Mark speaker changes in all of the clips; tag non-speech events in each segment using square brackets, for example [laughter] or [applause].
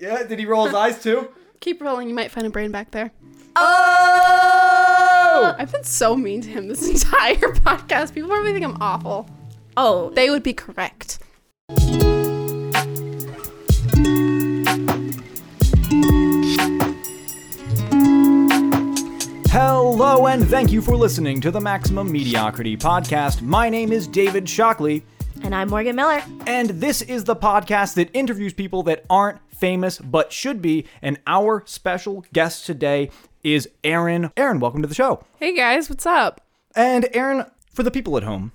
Speaker 1: Yeah, did he roll his eyes too?
Speaker 2: [laughs] Keep rolling. You might find a brain back there.
Speaker 1: Oh!
Speaker 2: I've been so mean to him this [laughs] entire podcast. People probably think I'm awful.
Speaker 3: Oh,
Speaker 2: They would be correct.
Speaker 1: Hello, and thank you for listening to the Maximum Mediocrity Podcast. My name is David Shockley,
Speaker 3: and I'm Morgan Miller.
Speaker 1: and this is the podcast that interviews people that aren't famous but should be. And our special guest today is Aaron. Aaron, welcome to the show.
Speaker 2: Hey guys, what's up?
Speaker 1: And Aaron, for the people at home,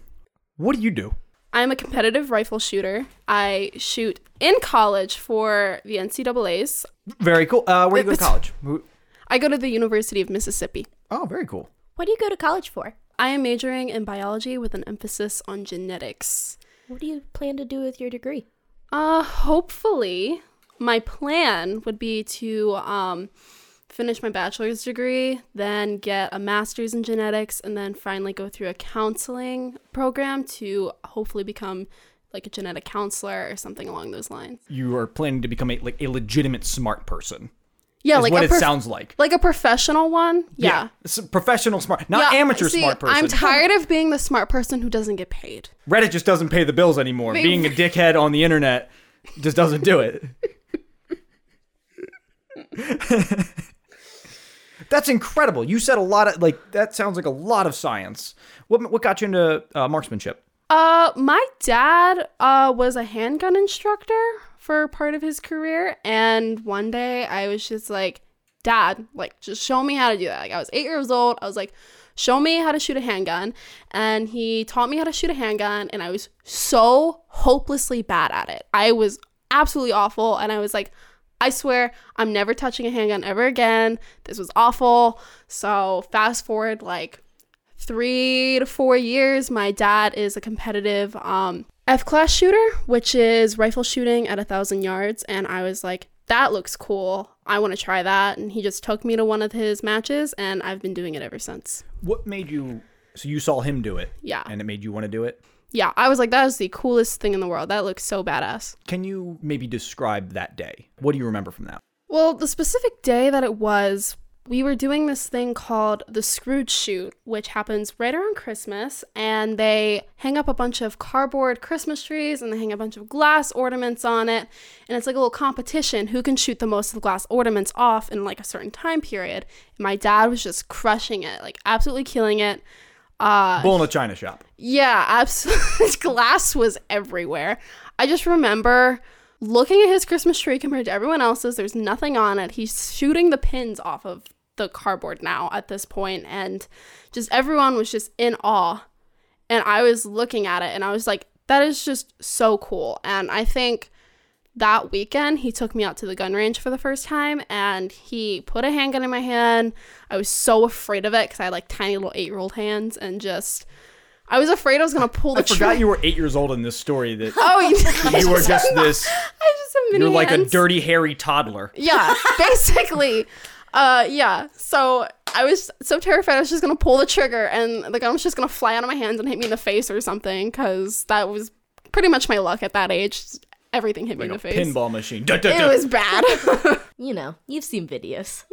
Speaker 1: what do you do?
Speaker 2: I'm a competitive rifle shooter. I shoot in college for the NCAA's.
Speaker 1: Very cool. Uh, where do you go to college? Who-
Speaker 2: I go to the University of Mississippi.
Speaker 1: Oh, very cool.
Speaker 3: What do you go to college for?
Speaker 2: I am majoring in biology with an emphasis on genetics.
Speaker 3: What do you plan to do with your degree?
Speaker 2: Uh, hopefully, my plan would be to um, finish my bachelor's degree, then get a master's in genetics, and then finally go through a counseling program to hopefully become like a genetic counselor or something along those lines.
Speaker 1: You are planning to become a like a legitimate smart person.
Speaker 2: Yeah,
Speaker 1: is
Speaker 2: like
Speaker 1: what
Speaker 2: a
Speaker 1: it
Speaker 2: prof-
Speaker 1: sounds like.
Speaker 2: like a professional one. Yeah.
Speaker 1: S- professional smart, not
Speaker 2: Yeah,
Speaker 1: amateur
Speaker 2: see,
Speaker 1: smart person.
Speaker 2: I'm tired of being the smart person who doesn't get paid.
Speaker 1: Reddit just doesn't pay the bills anymore.
Speaker 2: They-
Speaker 1: Being a dickhead on the internet just doesn't do it. [laughs] That's incredible. You said a lot of like that sounds like a lot of science. What what got you into uh, marksmanship?
Speaker 2: Uh, my dad uh was a handgun instructor for part of his career, and one day I was just like, "Dad, like, just show me how to do that." Like, I was eight years old. I was like, "Show me how to shoot a handgun," and he taught me how to shoot a handgun, and I was so hopelessly bad at it. I was absolutely awful, and I was like. I swear, I'm never touching a handgun ever again. This was awful. So, fast forward like three to four years, my dad is a competitive um, F class shooter, which is rifle shooting at a thousand yards. And I was like, that looks cool. I want to try that. And he just took me to one of his matches, and I've been doing it ever since.
Speaker 1: What made you so you saw him do it?
Speaker 2: Yeah.
Speaker 1: And it made you want to do it?
Speaker 2: Yeah, I was like, that is the coolest thing in the world. That looks so badass.
Speaker 1: Can you maybe describe that day? What do you remember from that?
Speaker 2: Well, the specific day that it was, we were doing this thing called the Scrooge Shoot, which happens right around Christmas, and they hang up a bunch of cardboard Christmas trees and they hang a bunch of glass ornaments on it, and it's like a little competition who can shoot the most of the glass ornaments off in like a certain time period. And my dad was just crushing it, like absolutely killing it. Uh,
Speaker 1: Bull in a china shop.
Speaker 2: yeah, absolutely. [laughs] Glass was everywhere. I just remember looking at his Christmas tree compared to everyone else's. There's nothing on it. He's shooting the pins off of the cardboard now at this point, and just everyone was just in awe. And I was looking at it, and I was like, "That is just so cool." And I think that weekend he took me out to the gun range for the first time and he put a handgun in my hand i was so afraid of it because i had like tiny little eight-year-old hands and just i was afraid i was gonna pull the
Speaker 1: I forgot
Speaker 2: trigger
Speaker 1: you were eight years old in this story that
Speaker 2: oh you,
Speaker 1: you
Speaker 2: [laughs]
Speaker 1: were just this
Speaker 2: i just have mini
Speaker 1: you're like a
Speaker 2: hands.
Speaker 1: dirty hairy toddler.
Speaker 2: yeah basically uh yeah so i was so terrified i was just gonna pull the trigger and the gun was just gonna fly out of my hands and hit me in the face or something because that was pretty much my luck at that age Just everything hit me in the
Speaker 1: Like a
Speaker 2: face
Speaker 1: pinball machine. Duh, duh,
Speaker 2: it
Speaker 1: duh.
Speaker 2: was bad
Speaker 1: [laughs]
Speaker 3: You know, you've seen videos.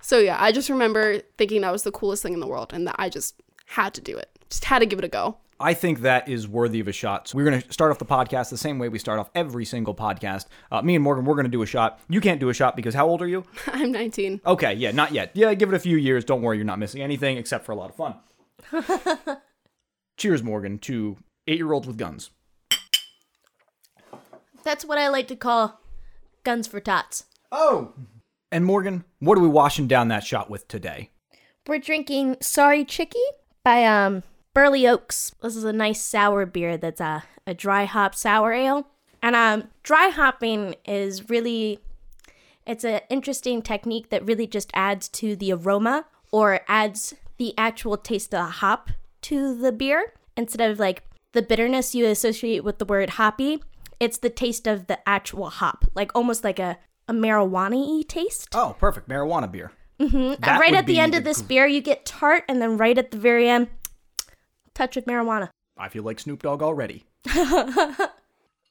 Speaker 2: So yeah, I just remember thinking that was the coolest thing in the world and that I just had to do it. Just had to give it a go. [laughs]
Speaker 1: I think that is worthy of a shot. So we're going to start off the podcast the same way we start off every single podcast. Uh, me and Morgan, we're going to do a shot. You can't do a shot because how old are you?
Speaker 2: I'm 19.
Speaker 1: Okay, yeah, not yet. Yeah, give it a few years. Don't worry, you're not missing anything except for a lot of fun. Cheers, Morgan, to eight year olds with guns.
Speaker 3: [laughs] That's what I like to call guns for tots.
Speaker 1: Oh! And Morgan, what are we washing down that shot with today?
Speaker 3: We're drinking Sorry Chicky by um Burley Oaks. This is a nice sour beer that's a, a dry hop sour ale. And um dry hopping is really it's an interesting technique that really just adds to the aroma or adds the actual taste of the hop to the beer instead of like the bitterness you associate with the word hoppy. It's the taste of the actual hop, like almost like a, a marijuana y taste.
Speaker 1: Oh, perfect. Marijuana beer. That
Speaker 3: right
Speaker 1: would
Speaker 3: at the
Speaker 1: be
Speaker 3: end
Speaker 1: the
Speaker 3: of this beer, you get tart, and then right at the very end, touch of marijuana.
Speaker 1: I feel like Snoop Dogg already. That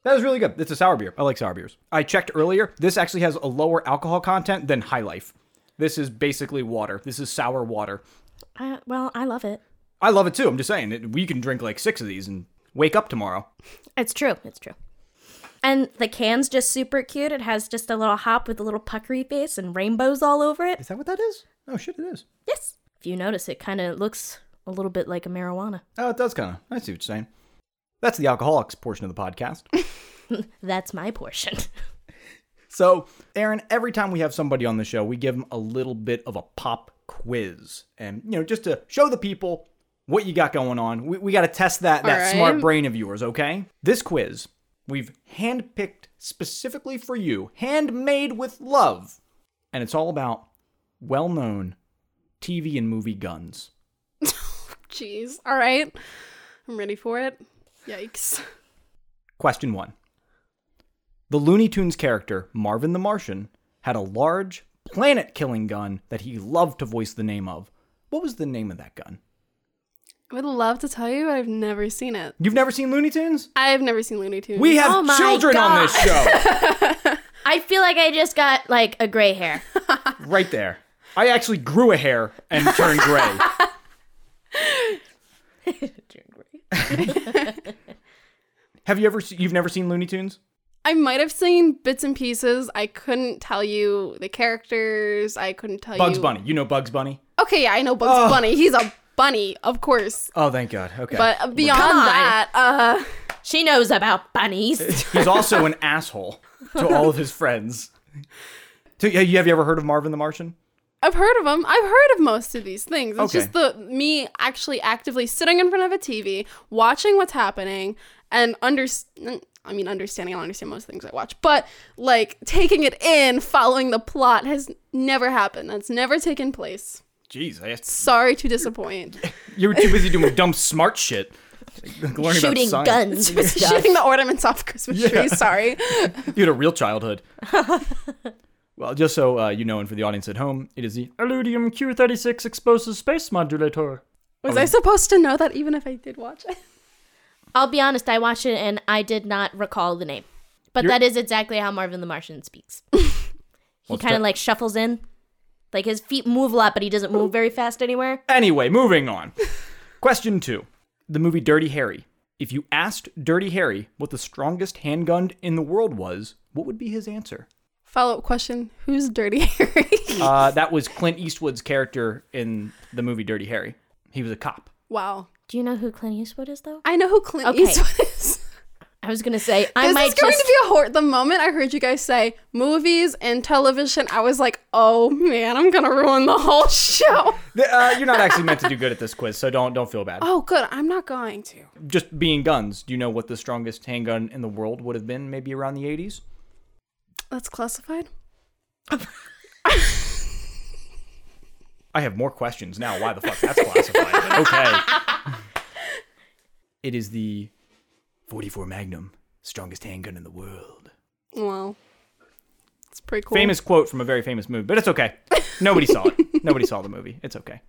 Speaker 1: is really good. It's a sour beer. I like sour beers. I checked earlier. This actually has a lower alcohol content than High Life. This is basically water. This is sour water.
Speaker 3: I, well, I love it.
Speaker 1: I love it too. I'm just saying it- we can drink like six of these and wake up tomorrow.
Speaker 3: It's true. It's true. And the can's just super cute. It has just a little hop with a little puckery face and rainbows all over it.
Speaker 1: Is that what that is? Oh shit, it is.
Speaker 3: Yes. If you notice, it kind of looks a little bit like a marijuana.
Speaker 1: Oh, it does kind of. I see what you're saying. That's the alcoholics portion of the podcast.
Speaker 3: That's my portion. [laughs]
Speaker 1: So, Aaron, every time we have somebody on the show, we give them a little bit of a pop quiz. And, you know, just to show the people what you got going on, we, we got to test that, that
Speaker 2: All right.
Speaker 1: smart brain of yours, okay? This quiz, we've handpicked specifically for you, handmade with love. And it's all about well known TV and movie guns.
Speaker 2: Jeez. All right. I'm ready for it. Yikes.
Speaker 1: Question one The Looney Tunes character, Marvin the Martian, had a large, planet killing gun that he loved to voice the name of. What was the name of that gun?
Speaker 2: I would love to tell you, but I've never seen it.
Speaker 1: You've never seen Looney Tunes?
Speaker 2: I've never seen Looney Tunes.
Speaker 1: We have
Speaker 3: Oh my
Speaker 1: children on this show.
Speaker 3: I feel like I just got like a gray [laughs] hair.
Speaker 1: right there. I actually grew a hair and turned gray. have you ever se- you've never seen Looney Tunes?
Speaker 2: I might have seen bits and pieces. I couldn't tell you the characters. I couldn't tell you
Speaker 1: Bugs Bunny. You know Bugs Bunny?
Speaker 2: Okay, yeah, I know Bugs
Speaker 1: Oh.
Speaker 2: Bunny. He's a bunny, of course.
Speaker 1: Oh, thank God. Okay.
Speaker 2: But beyond
Speaker 3: on.
Speaker 2: that, uh
Speaker 3: she knows about bunnies.
Speaker 1: [laughs] He's also an asshole to all of his [laughs] friends. So, yeah, you- have you ever heard of Marvin the Martian?
Speaker 2: I've heard of them. I've heard of most of these things. It's
Speaker 1: Okay.
Speaker 2: just the me actually actively sitting in front of a TV, watching what's happening, and under. I mean, understanding. I don't understand most things I watch, but like taking it in, following the plot has never happened. That's never taken place.
Speaker 1: Jeez, I asked
Speaker 2: Sorry to disappoint.
Speaker 1: You were too busy doing dumb smart shit. Like learning
Speaker 3: Shooting
Speaker 1: about science.
Speaker 3: guns
Speaker 1: [laughs]
Speaker 2: [laughs]
Speaker 3: and stuff.
Speaker 2: Shooting the ornaments off Christmas trees. Sorry.
Speaker 1: You had a real childhood. [laughs] well, just so uh, you know, and for the audience at home, it is the
Speaker 4: Alludium Q36 explosive space modulator.
Speaker 2: Was I supposed to know that even if I did watch it?
Speaker 3: I'll be honest, I watched it and I did not recall the name. But
Speaker 1: You're-
Speaker 3: that is exactly how Marvin the Martian speaks.
Speaker 1: [laughs]
Speaker 3: he
Speaker 1: What's
Speaker 3: kind
Speaker 1: that?
Speaker 3: of like shuffles in. Like his feet move a lot, but he doesn't move very fast anywhere.
Speaker 1: Anyway, moving on. Question two The movie Dirty Harry. If you asked Dirty Harry what the strongest handgun in the world was, what would be his answer?
Speaker 2: Follow up question: Who's Dirty Harry? [laughs]
Speaker 1: Uh, that was Clint Eastwood's character in the movie Dirty Harry. He was a cop.
Speaker 2: wow.
Speaker 3: Do you know who Clint Eastwood is, though?
Speaker 2: I know who Clint
Speaker 3: Okay.
Speaker 2: Eastwood [laughs] is.
Speaker 3: I was gonna say I
Speaker 2: This
Speaker 3: might
Speaker 2: is going
Speaker 3: just
Speaker 2: to be a hor- the moment I heard you guys say movies and television. I was like, oh man, I'm gonna ruin the whole show.
Speaker 1: Th- Uh, you're not actually meant to do good at this quiz, so don't don't feel bad.
Speaker 2: [laughs] Oh, good, I'm not going to.
Speaker 1: Just being guns, do you know what the strongest handgun in the world would have been? Maybe around the 80s.
Speaker 2: That's classified.
Speaker 1: I have more questions now. Why the fuck that's [laughs] classified? okay. It is the 44 Magnum, strongest handgun in the world.
Speaker 2: Well, it's pretty cool.
Speaker 1: Famous quote from a very famous movie, but it's okay. Nobody saw it. Nobody saw the movie. It's okay.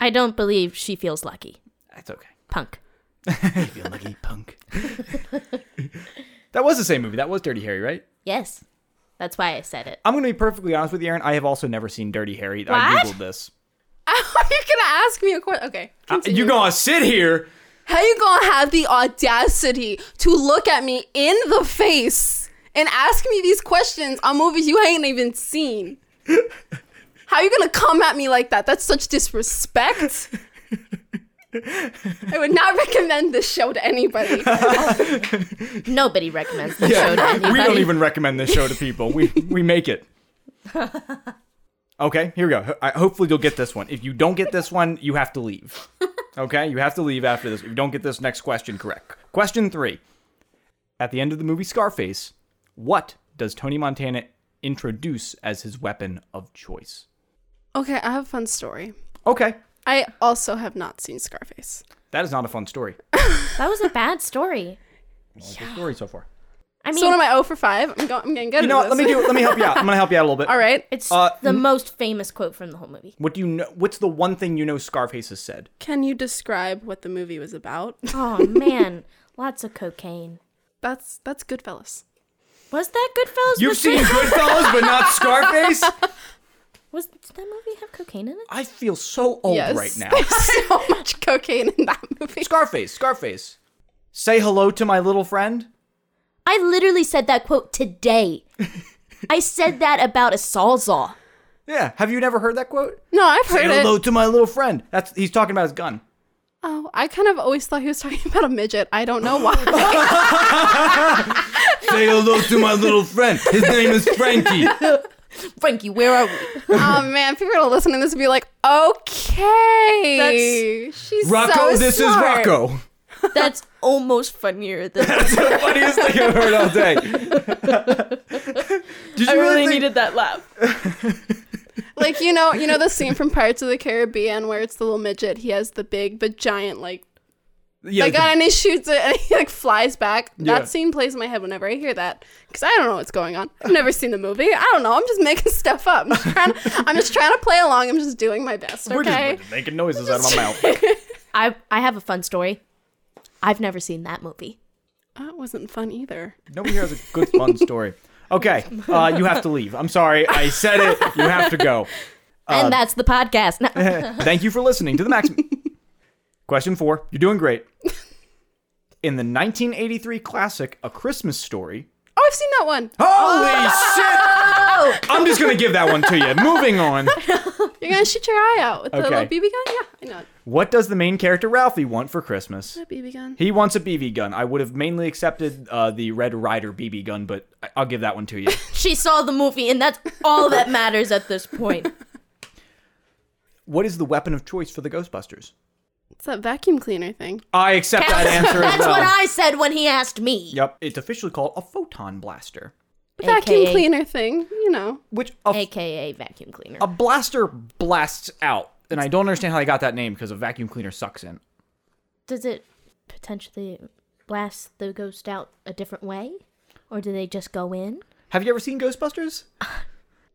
Speaker 3: I don't believe she feels lucky.
Speaker 1: It's okay.
Speaker 3: Punk.
Speaker 1: You feel lucky, punk. [laughs] that was the same movie. That was Dirty Harry, right?
Speaker 3: Yes. That's why I said it.
Speaker 1: I'm going to be perfectly honest with you, Aaron. I have also never seen Dirty Harry. I
Speaker 3: What?
Speaker 1: googled this.
Speaker 2: [laughs] Are you gonna ask me a question? Okay.
Speaker 1: Uh, you gonna sit here?
Speaker 2: How you gonna have the audacity to look at me in the face and ask me these questions on movies you ain't even seen? How you gonna come at me like that? That's such disrespect. I would not recommend this show to anybody.
Speaker 3: Nobody recommends the show
Speaker 1: [laughs]
Speaker 3: to
Speaker 1: Yeah,
Speaker 3: anybody.
Speaker 1: we don't even recommend this show to people. We we make
Speaker 2: [laughs]
Speaker 1: it. Okay, here we go. Ho- I, hopefully, you'll get this one. If you don't get this one, you have to
Speaker 2: [laughs]
Speaker 1: leave. Okay, you have to leave after this. If you don't get this next question correct, question three. At the end of the movie Scarface, what does Tony Montana introduce as his weapon of choice?
Speaker 2: Okay, I have a fun story.
Speaker 1: Okay,
Speaker 2: I also have not seen Scarface.
Speaker 1: that is not a fun story.
Speaker 3: That was a bad story.
Speaker 1: Good story so far.
Speaker 3: I mean,
Speaker 2: So what am I 0 for 5? I'm, go- I'm getting good
Speaker 1: You know
Speaker 2: at
Speaker 1: what? Let
Speaker 2: this.
Speaker 1: me do. Let me help you out. I'm gonna help you out a little bit.
Speaker 2: [laughs] All right.
Speaker 3: it's
Speaker 1: uh,
Speaker 3: the most famous quote from the whole movie.
Speaker 1: What do you know? What's the one thing you know Scarface has said?
Speaker 2: Can you describe what the movie was about?
Speaker 1: [laughs]
Speaker 3: Oh man, lots of cocaine.
Speaker 2: That's that's Goodfellas.
Speaker 3: Was that
Speaker 1: [laughs]
Speaker 3: Goodfellas?
Speaker 1: You've
Speaker 3: with-
Speaker 1: seen Goodfellas, but not Scarface.
Speaker 3: Was did that movie have cocaine in it?
Speaker 1: I feel so old
Speaker 2: yes. [laughs]
Speaker 1: right now.
Speaker 2: There's so much cocaine in that movie.
Speaker 1: Scarface, Scarface. Say hello to my little friend.
Speaker 3: I literally said that
Speaker 1: [laughs]
Speaker 3: quote today. I said that about a sawzall.
Speaker 1: Yeah. Have you never heard that quote?
Speaker 2: No, I've
Speaker 1: Say
Speaker 2: heard it.
Speaker 1: hello to my little friend. That's he's talking about his gun.
Speaker 2: Oh, I kind of always thought he was talking about a midget. I don't
Speaker 1: [laughs]
Speaker 2: know why.
Speaker 1: Say hello to my little friend. His name is
Speaker 2: [laughs]
Speaker 1: Frankie.
Speaker 3: Frankie, where are we?
Speaker 2: oh man, people are gonna listen to this and be like, "Okay, she's
Speaker 1: Rocco,
Speaker 2: so
Speaker 1: this
Speaker 2: smart.
Speaker 1: is Rocco.
Speaker 3: [laughs]
Speaker 1: [laughs]
Speaker 3: That's almost funnier than
Speaker 1: That's the funniest thing I've heard all
Speaker 2: [laughs]
Speaker 1: day. Did you
Speaker 3: I really
Speaker 1: think-
Speaker 3: needed that laugh.
Speaker 2: Like you know, you know the scene from Pirates of the Caribbean where it's the little midget. He has the big but giant like
Speaker 1: Yeah,
Speaker 2: the gun, and he shoots it, and he like flies back.
Speaker 1: Yeah.
Speaker 2: That scene plays in my head whenever I hear that because I don't know what's going on. I've never seen the movie. I don't know. I'm just making [laughs] stuff up. I'm just trying, I'm just trying to play along. I'm just doing my best.
Speaker 1: we're, just,
Speaker 2: Okay.
Speaker 1: we're just making noises out of my mouth.
Speaker 3: I I have a fun story. I've never seen that movie.
Speaker 2: That wasn't fun either.
Speaker 1: Nobody here has a good fun story. Okay, uh, you have to leave. I'm sorry. I said it. You have to go. Um,
Speaker 3: and that's the podcast.
Speaker 1: [laughs]
Speaker 3: No.
Speaker 1: Thank you for listening to the maximum. Question four. You're doing great. In the 1983 classic A Christmas Story.
Speaker 2: Oh, I've seen that one.
Speaker 1: Holy shit! I'm just gonna give that one to you. Moving on.
Speaker 2: You're gonna shoot your eye out with the little
Speaker 1: Okay.
Speaker 2: BB gun. Yeah, I know. it.
Speaker 1: What does the main character Ralphie want for Christmas?
Speaker 2: The BB gun.
Speaker 1: He wants a BB gun. I would have mainly accepted uh, the Red Rider BB gun, but I- I'll give that one to you.
Speaker 3: she saw the movie, and that's all that matters at this point.
Speaker 1: what is the weapon of choice for the Ghostbusters?
Speaker 2: It's that vacuum cleaner thing.
Speaker 1: I accept that answer as
Speaker 3: that's
Speaker 1: well.
Speaker 3: what I said when he asked me.
Speaker 1: yep, it's officially called a photon blaster,
Speaker 2: The vacuum
Speaker 3: AKA
Speaker 2: cleaner thing. You know.
Speaker 1: which a,
Speaker 3: AKA vacuum cleaner.
Speaker 1: a blaster blasts out. And I don't understand how they got that name because a vacuum cleaner sucks in.
Speaker 3: Does it potentially blast the ghost out a different way? Or do they just go in?
Speaker 1: Have you ever seen Ghostbusters?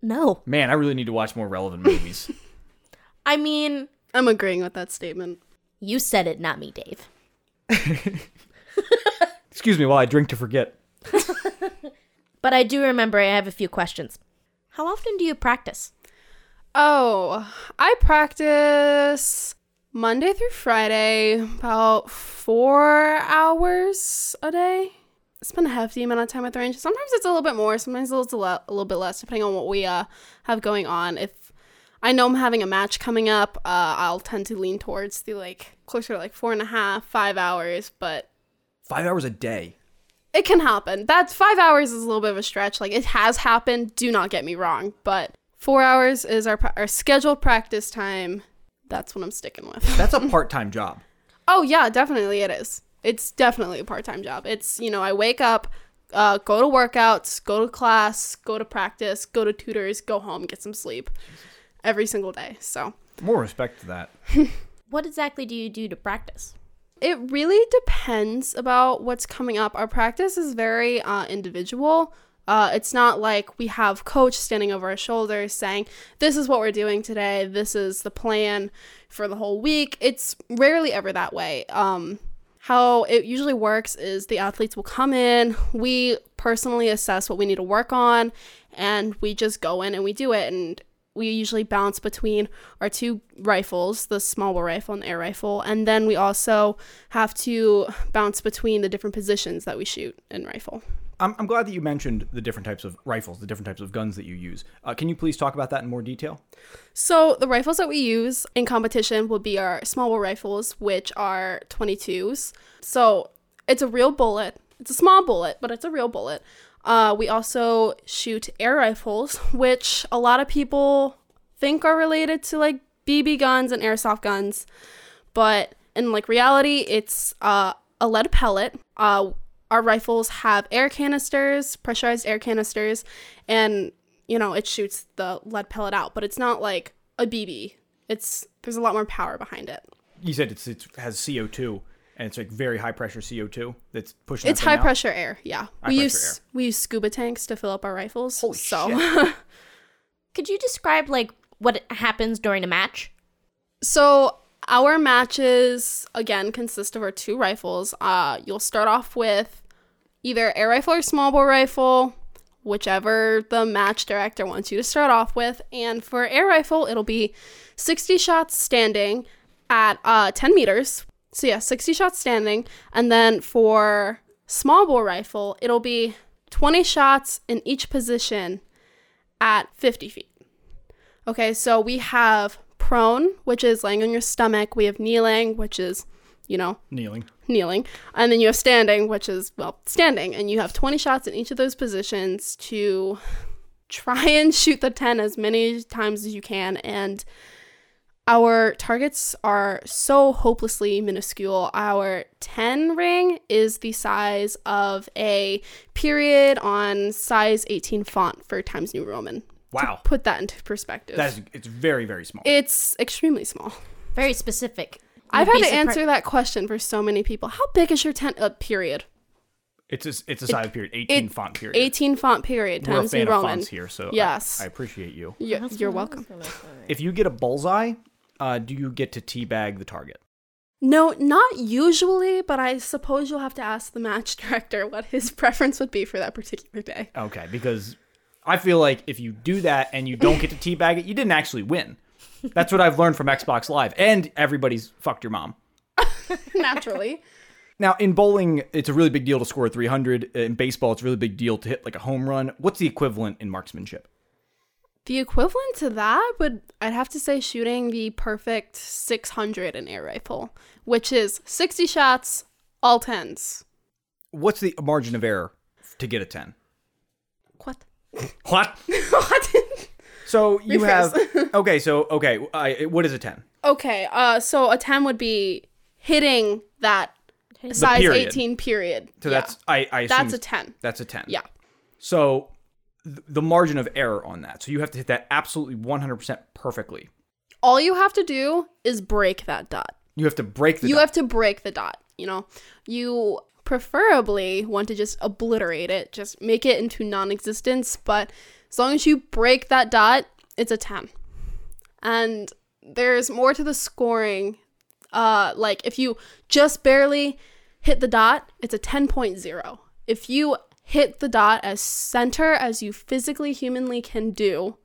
Speaker 3: No.
Speaker 1: Man, I really need to watch more relevant movies.
Speaker 2: [laughs]
Speaker 3: I mean,
Speaker 2: I'm agreeing with that statement.
Speaker 3: you said it, not me, Dave.
Speaker 1: Excuse me while I drink to forget.
Speaker 3: But I do remember I have a few questions. How often do you practice?
Speaker 2: Oh, I practice Monday through Friday, about four hours a day. Spend a hefty amount of time at the range. Sometimes it's a little bit more, sometimes it's a little, le- a little bit less, depending on what we uh, have going on. If I know I'm having a match coming up, uh, I'll tend to lean towards the like closer to like four and a half, five hours, but
Speaker 1: Five hours a day.
Speaker 2: it can happen. That's five hours is a little bit of a stretch. Like it has happened. Do not get me wrong, but four hours is our pra- our scheduled practice time. That's what I'm sticking with. [laughs]
Speaker 1: That's a part time job.
Speaker 2: Oh yeah, definitely it is. It's definitely a part time job. It's you know I wake up, uh, go to workouts, go to class, go to practice, go to tutors, go home, get some sleep, every single day. So
Speaker 1: More respect to that.
Speaker 3: What exactly do you do to practice?
Speaker 2: it really depends about what's coming up our practice is very uh, individual uh, it's not like we have coach standing over our shoulders saying this is what we're doing today this is the plan for the whole week it's rarely ever that way um, how it usually works is the athletes will come in we personally assess what we need to work on and we just go in and we do it and we usually bounce between our two rifles, the small bore rifle and the air rifle, and then we also have to bounce between the different positions that we shoot in rifle.
Speaker 1: I'm, I'm glad that you mentioned the different types of rifles, the different types of guns that you use. Uh, can you please talk about that in more detail?
Speaker 2: So the rifles that we use in competition will be our small bore rifles, which are 22s. So it's a real bullet. It's a small bullet, but it's a real bullet. Uh, we also shoot air rifles, which a lot of people think are related to like BB guns and airsoft guns, but in like reality, it's uh, a lead pellet. Uh, our rifles have air canisters, pressurized air canisters, and you know it shoots the lead pellet out, but it's not like a BB. It's there's a lot more power behind it.
Speaker 1: You said it's, it has CO2 and it's like very high pressure CO2 that's pushing. that
Speaker 2: It's
Speaker 1: thing
Speaker 2: high
Speaker 1: out?
Speaker 2: pressure air. Yeah, we
Speaker 1: pressure
Speaker 2: use
Speaker 1: air.
Speaker 2: we use scuba tanks to fill up our rifles.
Speaker 1: Holy
Speaker 2: so.
Speaker 1: shit.
Speaker 3: Could you describe like what happens during a match?
Speaker 2: So our matches again consist of our two rifles. Uh, you'll start off with either air rifle or small bore rifle, whichever the match director wants you to start off with. And for air rifle, it'll be 60 shots standing at uh, 10 meters. So, yeah, 60 shots standing. And then for small bore rifle, it'll be 20 shots in each position at 50 feet. Okay, so we have prone, which is laying on your stomach. We have kneeling, which is, you know,
Speaker 1: Kneeling.
Speaker 2: kneeling. And then you have standing, which is, well, standing. And you have 20 shots in each of those positions to try [laughs] and shoot the 10 as many times as you can. And our targets are so hopelessly minuscule. Our 10 ring is the size of a period on size 18 font for Times New Roman.
Speaker 1: Wow.
Speaker 2: Put that into perspective.
Speaker 1: That is it's very very small.
Speaker 2: It's extremely small.
Speaker 3: Very specific. You'd
Speaker 2: I've had
Speaker 3: be
Speaker 2: to
Speaker 3: surpri-
Speaker 2: answer that question for so many people. How big is your tent? Uh, period.
Speaker 1: It's a, it's a size period, 18
Speaker 2: it-
Speaker 1: font period.
Speaker 2: 18 font period
Speaker 1: We're a
Speaker 2: times New
Speaker 1: fan of
Speaker 2: Roman.
Speaker 1: fonts here, so I-
Speaker 2: Yes.
Speaker 1: I, appreciate you.
Speaker 2: Y- You're welcome.
Speaker 1: If you get a bullseye, uh, do you get to teabag the target?
Speaker 2: No, not usually, but I suppose you'll have to ask the match [laughs] director what his preference would be for that particular day. [laughs]
Speaker 1: Okay, because I feel like if you do that and you don't get to teabag it, you didn't actually win. That's what I've learned from Xbox Live, and everybody's fucked your mom.
Speaker 2: Naturally.
Speaker 1: Now, in bowling, it's a really big deal to score 300. In baseball, it's a really big deal to hit like a home run. What's the equivalent in marksmanship?
Speaker 2: The equivalent to that would, I'd have to say, shooting the perfect 600 in air rifle, which is 60 shots, all 10s.
Speaker 1: What's the margin of error to get a 10?
Speaker 2: What?
Speaker 1: What?
Speaker 2: [laughs] what?
Speaker 1: So you
Speaker 2: Rephrase. [laughs]
Speaker 1: have okay. So okay, I, what is a ten?
Speaker 2: Okay, uh, so a 10 would be hitting that size
Speaker 1: period.
Speaker 2: 18 period.
Speaker 1: So
Speaker 2: Yeah.
Speaker 1: that's I. I assume
Speaker 2: that's a 10.
Speaker 1: That's a ten.
Speaker 2: Yeah.
Speaker 1: So th- the margin of error on that. So you have to hit that absolutely one hundred percent perfectly.
Speaker 2: All you have to do is break that dot.
Speaker 1: You have to break the.
Speaker 2: you
Speaker 1: dot.
Speaker 2: have to break the dot, you know. You preferably want to just obliterate it, just make it into non-existence, but as long as you break that dot, it's a 10. And there's more to the scoring. Uh like if you just barely hit the dot, it's a 10.0. If you hit the dot as center as you physically humanly can do,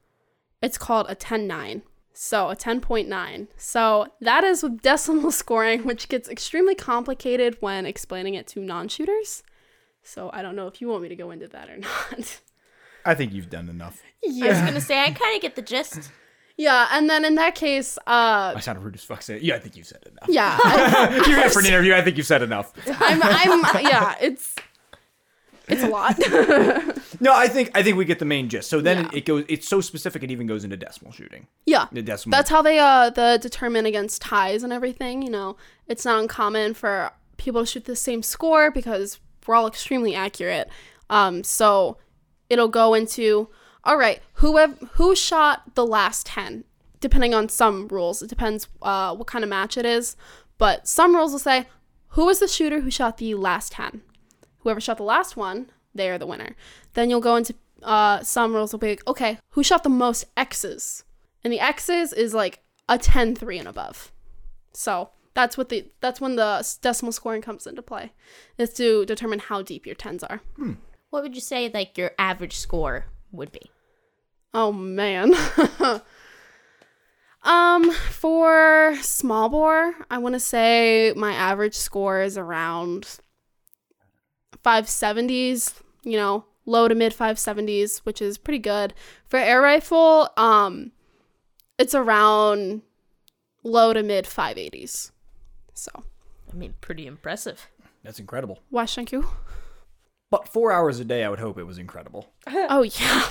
Speaker 2: it's called a 10.9. So a 10.9. So that is with decimal [laughs] scoring, which gets extremely complicated when explaining it to non shooters. So I don't know if you want me to go into that or [laughs] not.
Speaker 1: I think you've done enough.
Speaker 3: I was gonna say I kind of get the gist.
Speaker 2: yeah, and then in that case, uh,
Speaker 1: I sounded rude as fuck. Saying, yeah, I think you've said
Speaker 2: [laughs]
Speaker 1: enough.
Speaker 2: yeah, I,
Speaker 1: You're here for an interview. I think you've said
Speaker 2: [laughs]
Speaker 1: enough.
Speaker 2: I'm, I'm, yeah, it's, it's a lot. [laughs]
Speaker 1: No, I think I think we get the main gist. So then
Speaker 2: Yeah.
Speaker 1: it goes. It's so specific. It even goes into decimal shooting.
Speaker 2: yeah,
Speaker 1: The decimal.
Speaker 2: that's how they uh the determine against ties and everything you know it's not uncommon for people to shoot the same score because we're all extremely accurate um so it'll go into all right who have, who shot the last 10 depending on some rules it depends uh what kind of match it is but some rules will say who was the shooter who shot the last 10 whoever shot the last one, they are the winner. Then you'll go into uh, some rules will be like, okay, who shot the most X's? And the X's is like a 10, 3 and above. So that's what the that's when the s- decimal scoring comes into play. Is to determine how deep your tens are.
Speaker 3: What would you say like your average score would be?
Speaker 2: Oh man. [laughs] um for small bore, I want to say my average score is around 570s, you know, low to mid 570s, which is pretty good. For air rifle, um it's around low to mid 580s. So,
Speaker 3: I mean, pretty impressive.
Speaker 1: that's incredible.
Speaker 2: why thank you.
Speaker 1: But four hours a day, I would hope it was incredible.
Speaker 2: Oh [laughs] yeah,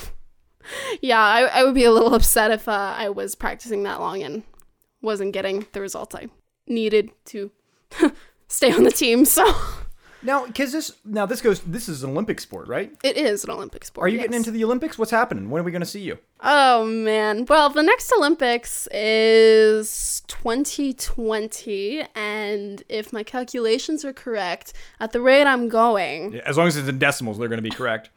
Speaker 2: yeah. I, I would be a little upset if uh, I was practicing that long and wasn't getting the results I needed to [laughs] stay on the team. So [laughs]
Speaker 1: Now, because this now this goes. This is an Olympic sport, right?
Speaker 2: it is an Olympic sport.
Speaker 1: Are you getting
Speaker 2: yes.
Speaker 1: into the Olympics? What's happening? When are we going to see you?
Speaker 2: Oh man. Well, the next Olympics is 2020, and if my calculations are correct, at the rate I'm going, yeah,
Speaker 1: As long as it's in decimals, they're going to be correct.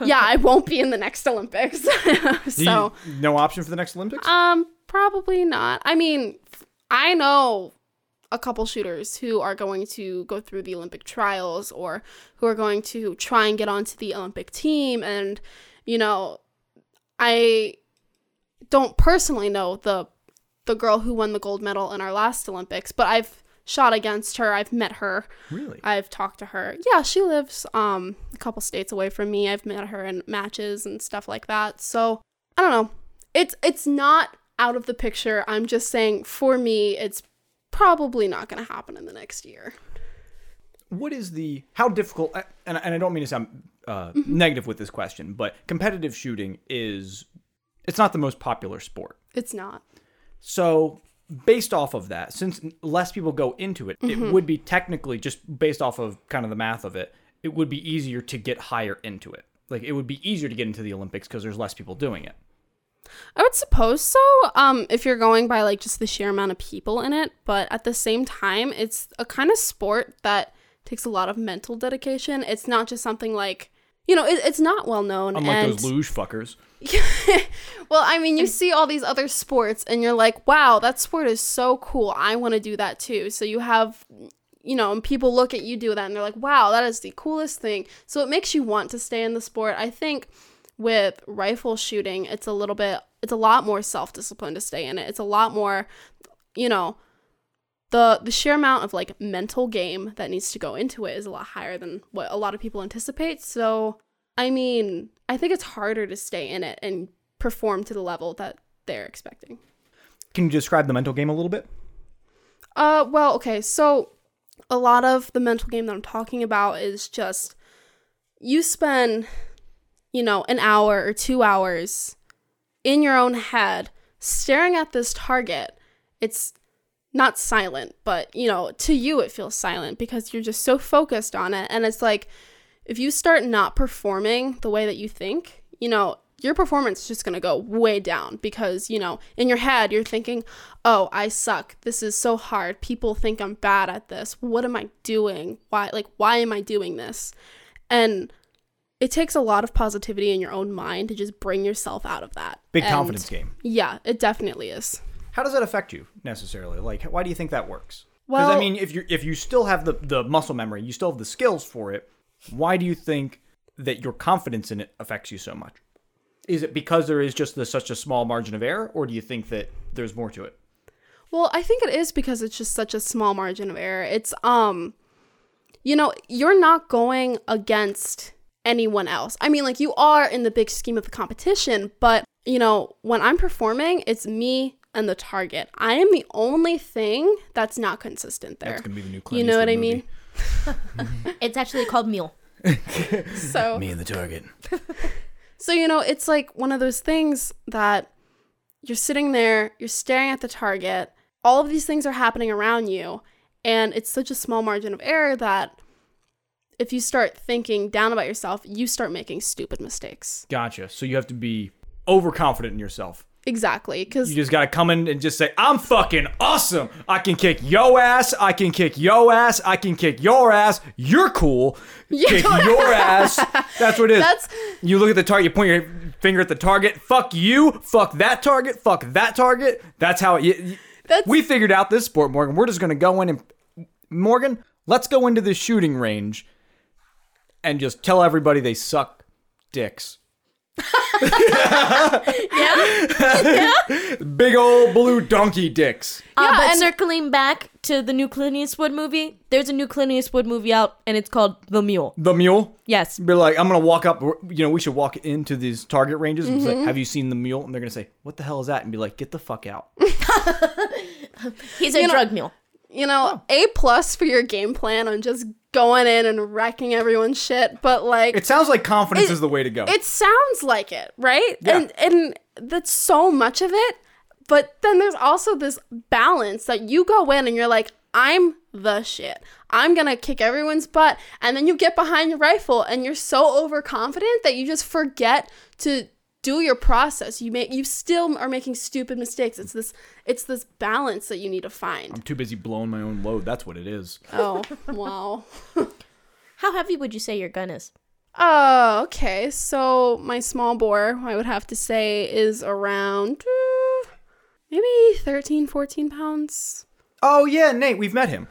Speaker 2: I won't be in the next Olympics. [laughs]
Speaker 1: Do
Speaker 2: so. uh,
Speaker 1: you, no option for the next Olympics?
Speaker 2: Um, probably not. I mean, I know a couple shooters who are going to go through the Olympic trials or who are going to try and get onto the Olympic team. And, you know, I don't personally know the the girl who won the gold medal in our last Olympics, but I've shot against her. I've met her.
Speaker 1: Really?
Speaker 2: I've talked to her. Yeah, she lives um a couple states away from me. I've met her in matches and stuff like that. So I don't know. It's it's not out of the picture. I'm just saying for me, it's probably not going to happen in the next year.
Speaker 1: what is the how difficult I- and, and i don't mean to sound uh,
Speaker 2: Mm-hmm.
Speaker 1: negative with this question but competitive shooting is it's not the most popular sport
Speaker 2: It's not.
Speaker 1: so based off of that since less people go into it
Speaker 2: Mm-hmm.
Speaker 1: it would be technically just based off of kind of the math of it it would be easier to get higher into it like it would be easier to get into the olympics because there's less people doing it
Speaker 2: I would suppose so. Um, if you're going by like just the sheer amount of people in it, but at the same time, it's a kind of sport that takes a lot of mental dedication. It's not just something like you know, it, it's not well known.
Speaker 1: unlike
Speaker 2: and
Speaker 1: those luge fuckers
Speaker 2: well, I mean, you see all these other sports, and you're like, wow, that sport is so cool. I want to do that too. So you have. You know, and people look at you do that and they're like, wow, that is the coolest thing. So it makes you want to stay in the sport. I think with rifle shooting, it's a little bit, it's a lot more self discipline to stay in it. It's a lot more, you know, the the sheer amount of like mental game that needs to go into it is a lot higher than what a lot of people anticipate. So, I mean, I think it's harder to stay in it and perform to the level that they're expecting.
Speaker 1: can you describe the mental game a little bit
Speaker 2: Uh, well, okay. So, a lot of the mental game that I'm talking about is just you spend, you know, an hour or two hours in your own head staring at this target. It's not silent, but, you know, to you it feels silent because you're just so focused on it. And it's like if you start not performing the way that you think, you know, your performance is just going to go way down because, you know, in your head, you're thinking, oh, I suck. This is so hard. People think I'm bad at this. What am I doing? Why, like, why am I doing this? And it takes a lot of positivity in your own mind to just bring yourself out of that.
Speaker 1: big
Speaker 2: And-
Speaker 1: confidence game
Speaker 2: Yeah, it definitely is.
Speaker 1: how does that affect you necessarily like why do you think that works because i
Speaker 2: Well-
Speaker 1: mean if you if you still have the the muscle memory you still have the skills for it why do you think that your confidence in it affects you so much is it because there is just the, such a small margin of error or do you think that there's more to it
Speaker 2: Well, I think it is because it's just such a small margin of error. It's um you know, you're not going against anyone else. I mean, like you are in the big scheme of the competition, but you know, when I'm performing, it's me and the target. I am the only thing that's not consistent there.
Speaker 1: be the new
Speaker 2: you know what I mean?
Speaker 3: It's actually called Mule.
Speaker 1: [laughs]
Speaker 2: So
Speaker 1: and the target
Speaker 2: So, you know, it's like one of those things that you're sitting there, you're staring at the target, all of these things are happening around you, and it's such a small margin of error that if you start thinking down about yourself, you start making stupid mistakes.
Speaker 1: gotcha so you have to be overconfident in yourself
Speaker 2: Exactly. Because
Speaker 1: you just gotta come in and just say i'm fucking awesome i can kick yo ass i can kick yo ass i can kick your ass you're cool kick your ass that's what it is
Speaker 2: That's-
Speaker 1: you look at the target you point your finger at the target fuck you fuck that target fuck that target that's how it y- y-
Speaker 2: That's-
Speaker 1: we figured out this sport morgan we're just gonna go in and morgan let's go into the shooting range and just tell everybody they suck dicks [laughs] big old blue donkey dicks
Speaker 3: Uh, but
Speaker 2: and-
Speaker 3: circling back to the new Clint Eastwood movie, there's a new Clint Eastwood movie out, and it's called The Mule.
Speaker 1: the mule
Speaker 3: Yes.
Speaker 1: be like, I'm gonna walk up. You know, we should walk into these target ranges and say, "Have you seen the mule?" And they're gonna say, "What the hell is that?" And be like, "Get the fuck out."
Speaker 3: He's a
Speaker 2: know-
Speaker 3: drug mule.
Speaker 2: you know, A plus for your game plan on just going in and wrecking everyone's shit, but like
Speaker 1: It sounds like confidence
Speaker 2: It-
Speaker 1: is the way to go.
Speaker 2: It sounds like it, right?
Speaker 1: Yeah.
Speaker 2: And and that's so much of it. But then there's also this balance that you go in and you're like, I'm the shit. I'm gonna kick everyone's butt. And then you get behind your rifle and you're so overconfident that you just forget to do your process. You make you still are making stupid mistakes. It's this it's this balance that you need to find.
Speaker 1: I'm too busy blowing my own load. That's what it is.
Speaker 2: Oh [laughs] wow.
Speaker 3: How heavy would you say your gun is?
Speaker 2: Oh, okay. So my small bore, I would have to say, is around uh, maybe 13, 14 pounds.
Speaker 1: Oh yeah, Nate, we've met him.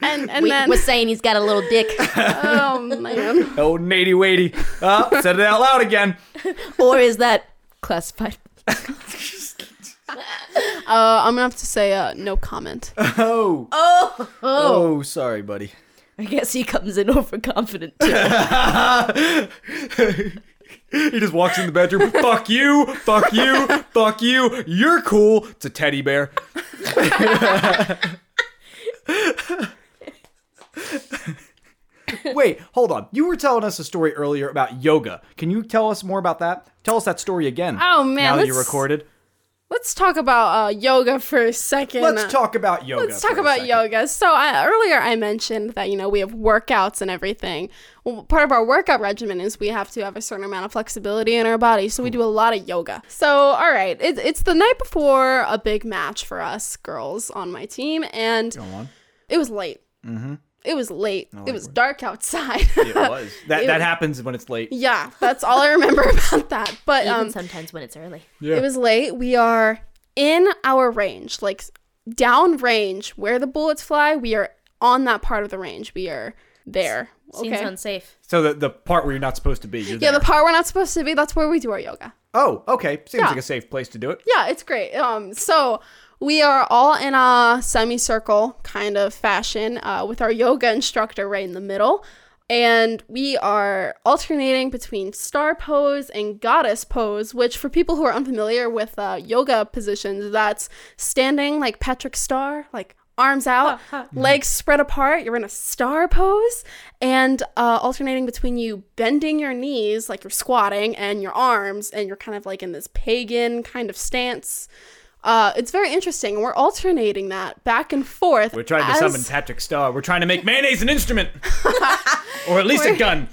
Speaker 2: And and
Speaker 3: we,
Speaker 2: then
Speaker 3: we're saying he's got a little dick,
Speaker 1: [laughs]
Speaker 2: oh man,
Speaker 1: Oh, Natey Waity. Uh, said it out loud again.
Speaker 3: [laughs] or is that classified?
Speaker 2: uh, I'm gonna have to say uh,
Speaker 1: [laughs]
Speaker 2: no comment.
Speaker 1: Oh. Oh. Oh, sorry, buddy. [laughs]
Speaker 3: I guess he comes in [laughs] overconfident too.
Speaker 1: He just walks in the bedroom. fuck you. Fuck you. Fuck you. You're cool. It's a teddy bear. [laughs] Wait, hold on. You were telling us a story earlier about yoga. Can you tell us more about that? Tell us that story again.
Speaker 2: Oh, man,
Speaker 1: Now that you
Speaker 2: let's-
Speaker 1: recorded.
Speaker 2: Let's talk about uh, yoga for a second.
Speaker 1: Let's talk about yoga.
Speaker 2: Let's talk
Speaker 1: for a
Speaker 2: about
Speaker 1: second.
Speaker 2: yoga. So I, earlier I mentioned that you know we have workouts and everything. Well, part of our workout regimen is we have to have a certain amount of flexibility in our body, so we do a lot of yoga. So all right, it, it's the night before a big match for us girls on my team, and
Speaker 1: Go on.
Speaker 2: it was late. Mm-hmm. It was late. it was dark outside.
Speaker 1: It was. [laughs] That, that happens when it's late.
Speaker 2: [laughs] yeah, that's all I remember [laughs] about that. But [laughs]
Speaker 3: Even
Speaker 2: um,
Speaker 3: sometimes when it's early.
Speaker 1: Yeah.
Speaker 2: it was late. We are in our range, like down range where the bullets fly. We are on that part of the range. We are there. Okay.
Speaker 3: Seems unsafe.
Speaker 2: [laughs]
Speaker 1: So the, the part where you're not supposed to be. You're
Speaker 2: yeah,
Speaker 1: there.
Speaker 2: the part we're not supposed to be. That's where we do our yoga.
Speaker 1: Oh, okay. Seems
Speaker 2: Yeah.
Speaker 1: like a safe place to do it.
Speaker 2: Yeah, it's great. Um, so we are all in a semicircle kind of fashion uh, with our yoga instructor right in the middle. And we are alternating between star pose and goddess pose, which, for people who are unfamiliar with uh, yoga positions, that's standing like Patrick Star, like arms out, legs spread apart. You're in a star pose, and uh, alternating between you bending your knees, like you're squatting, and your arms, and you're kind of like in this pagan kind of stance. Uh, it's very interesting. and We're alternating that back and forth.
Speaker 1: We're trying to
Speaker 2: as-
Speaker 1: summon Patrick Star. We're trying to make mayonnaise an
Speaker 2: [laughs]
Speaker 1: instrument, or at least a gun.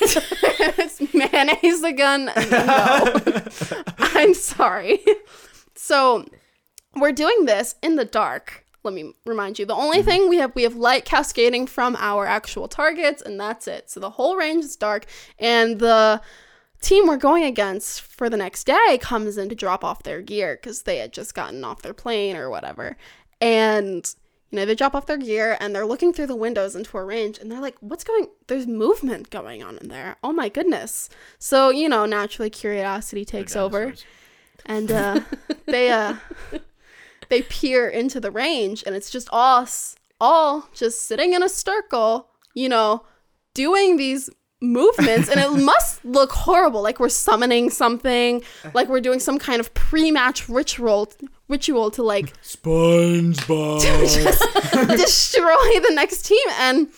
Speaker 2: it's [laughs] mayonnaise the gun. No. I'm sorry. So we're doing this in the dark. Let me remind you. The only thing we have we have light cascading from our actual targets and that's it. So the whole range is dark and the team we're going against for the next day comes in to drop off their gear cuz they had just gotten off their plane or whatever. And you know, they drop off their gear and they're looking through the windows into a range and they're like, what's going there's movement going on in there. Oh my goodness. So, you know, naturally curiosity takes over and uh, they uh, they peer into the range, and it's just us all just sitting in a circle, you know, doing these movements, and it must look horrible, like we're summoning something, like we're doing some kind of pre-match ritual ritual to like
Speaker 1: SpongeBob.
Speaker 2: destroy the next team. And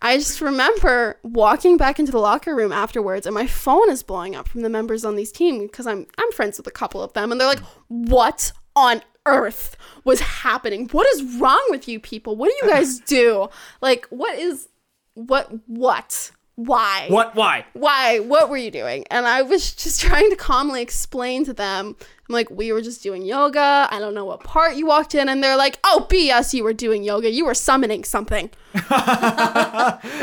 Speaker 2: I just remember walking back into the locker room afterwards, and my phone is blowing up from the members on these team because I'm I'm friends with a couple of them, and they're like, "What on earth was happening? What is wrong with you people? What do you guys do? Like, what is what what why
Speaker 1: what? Why?
Speaker 2: why what were you doing and i was [laughs] just trying to calmly explain to them i'm like we were just doing yoga i don't know what part you walked in and they're like oh bs you were doing yoga you were summoning something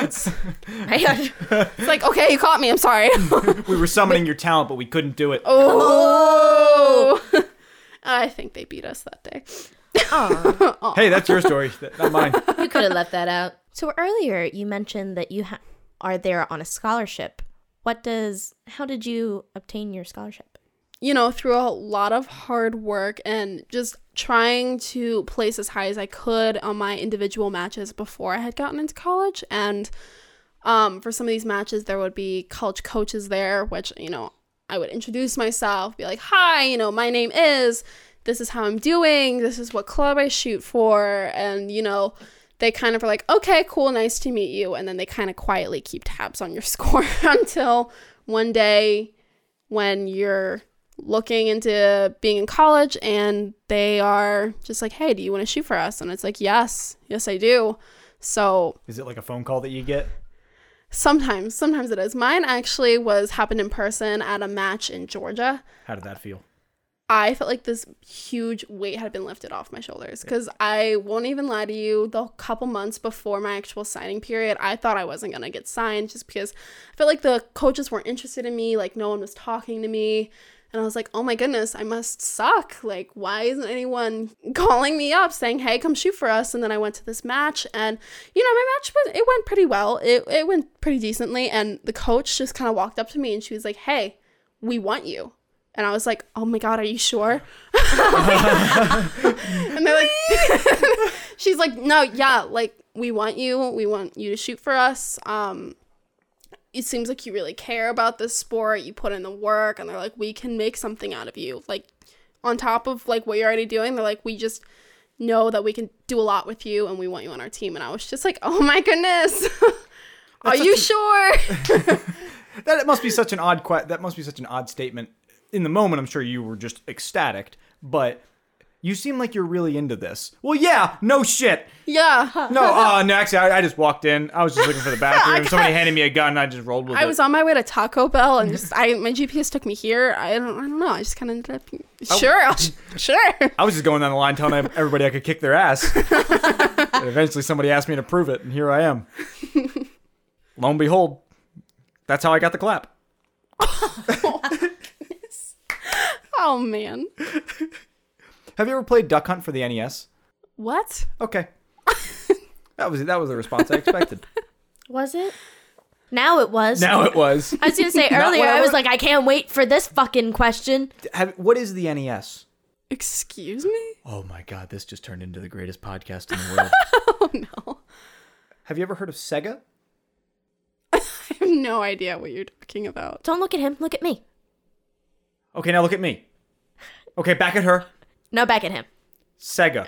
Speaker 3: I-
Speaker 2: it's like okay you caught me i'm sorry [laughs]
Speaker 1: We were summoning your talent, but we couldn't do it.
Speaker 2: oh [laughs] i think they beat us that day
Speaker 3: Aw,
Speaker 1: Hey, that's your story, th- not mine.
Speaker 3: you could have left that out. So earlier you mentioned that you ha- are there on a scholarship. What does? How did you obtain your scholarship?
Speaker 2: you know, through a lot of hard work and just trying to place as high as I could on my individual matches before I had gotten into college. And um, for some of these matches, there would be college coaches there, which, you know, I would introduce myself, be like, hi, you know, my name is, this is how I'm doing, this is what club I shoot for. And, you know, they kind of are like, okay, cool, nice to meet you. And then they kind of quietly keep tabs on your [laughs] score until one day when you're looking into being in college and they are just like, hey, do you want to shoot for us? And it's like, yes, yes, I do. So
Speaker 1: Is it like a phone call that you get?
Speaker 2: sometimes, sometimes it is. Mine actually was happened in person at a match in Georgia.
Speaker 1: How did that feel?
Speaker 2: I felt like this huge weight had been lifted off my shoulders because I won't even lie to you. The couple months before my actual signing period, I thought I wasn't going to get signed just because I felt like the coaches weren't interested in me. Like, no one was talking to me. And I was like, oh my goodness, I must suck. Like, why isn't anyone [laughs] calling me up saying, hey, come shoot for us? And then I went to this match and, you know, my match was, it went pretty well. It, it went pretty decently. And the coach just kind of walked up to me and she was like, hey, we want you. And I was like, oh my God, are you sure? [laughs] and they're like, she's like, no, yeah, like we want you. We want you to shoot for us. Um, it seems like you really care about this sport. You put in the work, and they're like, we can make something out of you. Like, on top of like what you're already doing, they're like, we just know that we can do a lot with you, and we want you on our team. And I was just like, oh my goodness, [laughs] are you sure? [laughs]
Speaker 1: That must be such an odd que- that must be such an odd statement. In the moment, I'm sure you were just ecstatic, but you seem like you're really into this. Well, yeah, no shit.
Speaker 2: yeah.
Speaker 1: No, [laughs] uh, no, actually, I, I just walked in. I was just [laughs] looking for the bathroom. Somebody handed me a gun, and I just rolled with
Speaker 2: I
Speaker 1: it.
Speaker 2: was on my way to Taco Bell and just I my GPS took me here. I don't I don't know. I just kind of ended up
Speaker 1: Oh.
Speaker 2: sure I'll, sure.
Speaker 1: I was just going down the line telling everybody I could kick their [laughs] ass. and eventually somebody asked me to prove it, and here I [laughs] am. Lo and behold, that's how I got the clap.
Speaker 2: Oh man,
Speaker 1: Have you ever played Duck Hunt for the NES?
Speaker 2: what?
Speaker 1: [laughs] Okay. that was that was the response I [laughs] expected.
Speaker 3: Was it? Now it was.
Speaker 1: now it was.
Speaker 3: I was
Speaker 2: [laughs]
Speaker 3: gonna say
Speaker 1: [laughs] Not
Speaker 3: earlier.
Speaker 1: what I
Speaker 3: I was
Speaker 1: wrote.
Speaker 3: like, I can't wait for this fucking question.
Speaker 1: Have, what is the E NES?
Speaker 2: Excuse me?
Speaker 1: Oh my god, this just turned into the greatest podcast in the [laughs] world.
Speaker 2: [laughs] Oh no,
Speaker 1: Have you ever heard of Sega?
Speaker 2: I have no idea what you're talking about.
Speaker 3: Don't look at him. Look at me.
Speaker 1: Okay, now look at me. Okay, back at her.
Speaker 3: No, back at him.
Speaker 5: [laughs]
Speaker 1: Sega.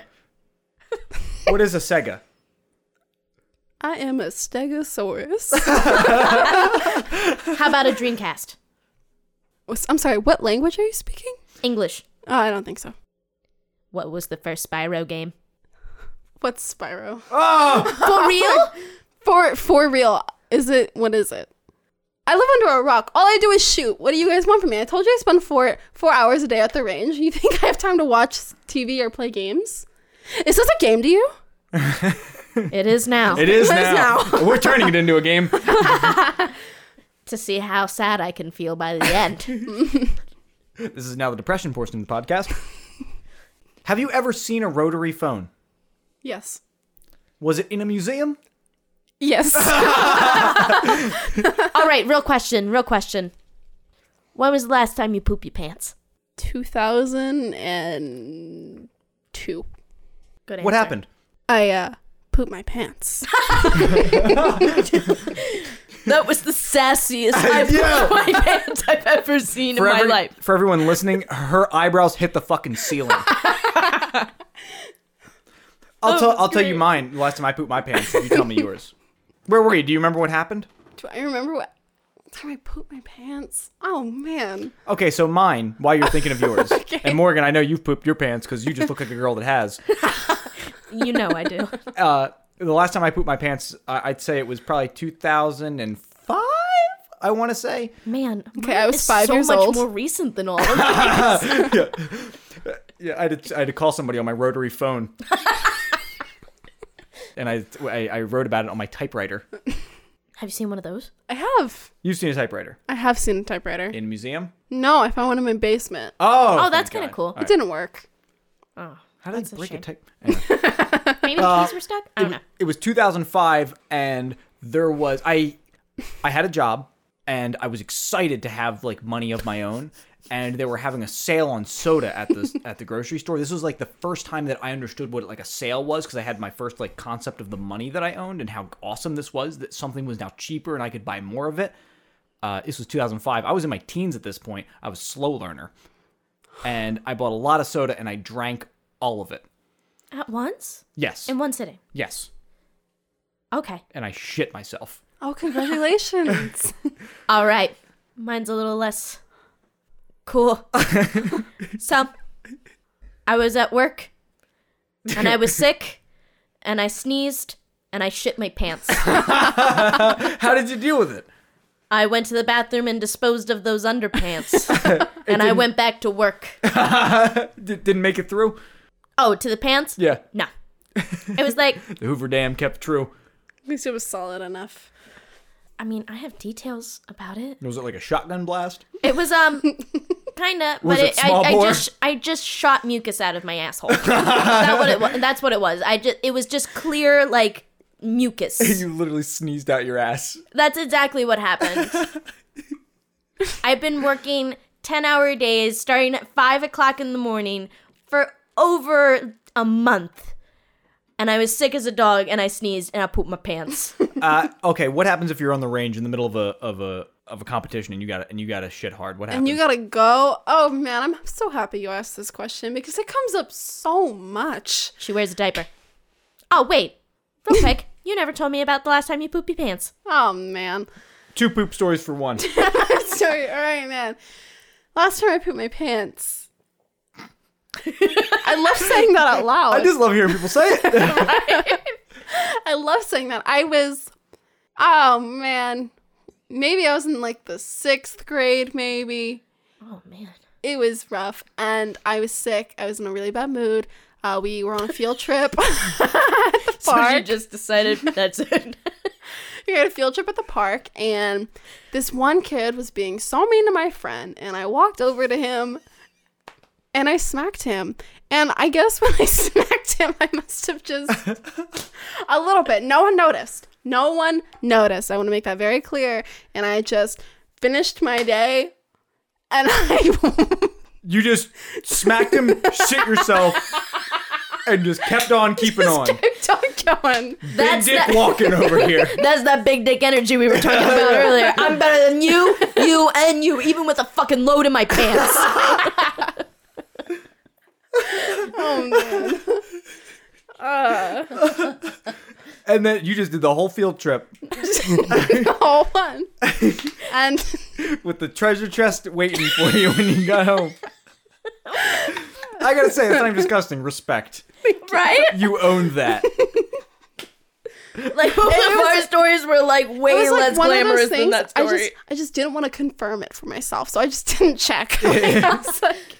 Speaker 1: what is a Sega?
Speaker 2: I am a Stegosaurus.
Speaker 1: [laughs]
Speaker 3: How about a Dreamcast? [laughs]
Speaker 2: Was- I'm sorry. What language are you speaking?
Speaker 3: English.
Speaker 2: Oh, I don't think so.
Speaker 3: What was the first Spyro game?
Speaker 2: What's Spyro?
Speaker 1: Oh,
Speaker 3: For real?
Speaker 2: For for real, is it? What is it? I live under a rock. All I do is shoot. What do you guys want from me? I told you I spend four four hours a day at the range. You [laughs] think I have time to watch TV or play games? Is this a game to you?
Speaker 3: [laughs] it is now.
Speaker 1: it is
Speaker 2: It is
Speaker 1: now. [laughs] We're turning it into a game.
Speaker 3: to see how sad I can feel by the end.
Speaker 1: [laughs] This is now the depression portion of the podcast. [laughs] Have you ever seen a rotary phone?
Speaker 2: Yes.
Speaker 1: Was it in a museum?
Speaker 3: [laughs]
Speaker 2: Yes.
Speaker 3: All right, real question. Real question. When was the last time you pooped your pants?
Speaker 2: 2002.
Speaker 3: Good
Speaker 1: What
Speaker 3: answer.
Speaker 1: happened?
Speaker 2: I uh pooped my pants. [laughs]
Speaker 5: That was the sassiest [laughs] I've
Speaker 1: Yeah.
Speaker 5: my pants I've ever seen in my
Speaker 1: every-
Speaker 5: life.
Speaker 1: for everyone listening, her eyebrows hit the fucking
Speaker 5: [laughs]
Speaker 1: ceiling.
Speaker 5: Oh,
Speaker 1: I'll tell I'll tell you mine. The last time I pooped my pants, you tell me yours. Where were you? Do you remember what happened?
Speaker 2: Do I remember what what time I pooped my pants? Oh man.
Speaker 1: Okay, so mine. While you're thinking
Speaker 5: [laughs]
Speaker 1: of yours, and Morgan, I know you've pooped your pants because you just look like a girl that has.
Speaker 3: You know I do.
Speaker 1: Uh, the last time I pooped my pants, I- I'd say it was probably 2005. I want to say.
Speaker 3: Man,
Speaker 2: Okay,
Speaker 3: mine
Speaker 2: I was
Speaker 3: is
Speaker 2: five
Speaker 3: so
Speaker 2: years
Speaker 3: much
Speaker 2: old.
Speaker 3: more recent than all of you.
Speaker 1: Yeah, I had, to, I had to call somebody on my rotary phone. [laughs] and I, I I wrote about it on my typewriter.
Speaker 3: Have you seen one of those?
Speaker 2: I have.
Speaker 1: You've seen a typewriter
Speaker 2: I have seen a typewriter.
Speaker 1: in a museum?
Speaker 2: No, I found one in my basement.
Speaker 1: Oh,
Speaker 3: Oh,
Speaker 1: thank
Speaker 3: that's kinda
Speaker 1: God.
Speaker 3: cool.
Speaker 1: All
Speaker 2: It
Speaker 1: right.
Speaker 2: didn't work.
Speaker 3: Oh,
Speaker 1: How did
Speaker 3: That's
Speaker 1: I
Speaker 3: a
Speaker 1: break a
Speaker 3: shame.
Speaker 1: type? Anyway.
Speaker 3: maybe the keys were stuck. I don't know.
Speaker 1: Uh, it was 2005 and there was i i had a job and i was excited to have like money of my own and they were having a sale on soda at the at the grocery store this was like the first time that i understood what like a sale was because i had my first like concept of the money that i owned and how awesome this was that something was now cheaper and i could buy more of it uh, this was 2005 i was in my teens at this point i was a slow learner and i bought a lot of soda and i drank all of it
Speaker 3: At once?
Speaker 1: yes
Speaker 3: In one sitting.
Speaker 1: yes
Speaker 3: Okay.
Speaker 1: and i shit myself
Speaker 2: Oh, [laughs] congratulations.
Speaker 3: All right. Mine's a little less
Speaker 1: [laughs]
Speaker 3: cool. so, I was at work and
Speaker 1: [laughs]
Speaker 3: I was sick and I sneezed and I shit my pants.
Speaker 1: How did you deal with it?
Speaker 3: I went to the bathroom and disposed of
Speaker 1: [laughs]
Speaker 3: those underpants. and I went back to work.
Speaker 1: Did, didn't make it through.
Speaker 3: Oh, to the pants?
Speaker 1: Yeah,
Speaker 3: No. It was like,
Speaker 1: the Hoover Dam kept true.
Speaker 2: At least it was solid enough.
Speaker 3: I mean, I have details about it.
Speaker 1: Was it like a shotgun blast?
Speaker 3: It was um kind of,
Speaker 1: Was
Speaker 3: but
Speaker 1: it
Speaker 3: it, I,
Speaker 1: small
Speaker 3: I
Speaker 1: bore?
Speaker 3: just I just shot mucus out of
Speaker 1: [laughs]
Speaker 3: my asshole. that what it was, that's what it was. I just it was just clear like mucus.
Speaker 1: [laughs] You literally sneezed out your ass.
Speaker 3: That's exactly what
Speaker 1: [laughs]
Speaker 3: happened. I've been working ten hour days, starting at five o'clock in the morning for over a month. And I was sick as a dog, and I sneezed, and I pooped
Speaker 1: [laughs]
Speaker 3: my pants.
Speaker 1: Uh, okay, what happens if you're on the range in the middle of a of a of a competition and you got and you got to shit hard? What happens?
Speaker 2: And you gotta go. Oh man, I'm so happy you asked this question because it comes up so much.
Speaker 3: She wears a diaper. Oh wait, real quick, you never told me about the last time you pooped your pants.
Speaker 2: Oh man. [laughs]
Speaker 1: Two poop stories for one.
Speaker 2: Sorry. All right, man. Last time I pooped my pants. I love saying that out [laughs] loud.
Speaker 1: I just love hearing people say it.
Speaker 2: I love saying that. I was, oh man, maybe I was in like the sixth grade, maybe.
Speaker 3: Oh man.
Speaker 2: It was rough, and I was sick. I was in a really bad mood. Uh, we were on a field trip. [laughs]
Speaker 5: [laughs] So she
Speaker 2: Bark.
Speaker 5: just
Speaker 3: [laughs]
Speaker 5: decided that's [laughs] it.
Speaker 2: we had a field trip at the park, and this one kid was being so mean to my friend, and I walked over to him, and I smacked him. And I guess when I [laughs] smacked him, I must have just a little bit. No one noticed. No one noticed. I want to make that very clear. And I just finished my day, and [laughs] I
Speaker 1: [laughs] You just smacked him, shit yourself, and just kept on keeping on.
Speaker 2: kept on going.
Speaker 1: Big
Speaker 3: That's
Speaker 1: dick
Speaker 3: that,
Speaker 1: walking
Speaker 2: [laughs]
Speaker 1: over here.
Speaker 3: [laughs] that's that big dick energy we were
Speaker 5: [laughs]
Speaker 3: talking about earlier. I'm better than [laughs] you, you, and you, even with a fucking load in my pants.
Speaker 1: And then you just did the whole field trip
Speaker 2: All [laughs] one. And
Speaker 1: with the treasure chest waiting for you when you got home. I gotta say, that's not even disgusting. Respect.
Speaker 3: [laughs] right?
Speaker 1: You owned that.
Speaker 3: [laughs] Like both of our stories were like
Speaker 2: it
Speaker 3: way
Speaker 2: was like
Speaker 3: less
Speaker 2: one of
Speaker 3: glamorous
Speaker 2: those
Speaker 3: than
Speaker 2: things.
Speaker 3: that
Speaker 2: I
Speaker 3: story.
Speaker 2: just, I just didn't want to confirm it for myself, so I just [laughs] didn't check. Like, [laughs] I was like,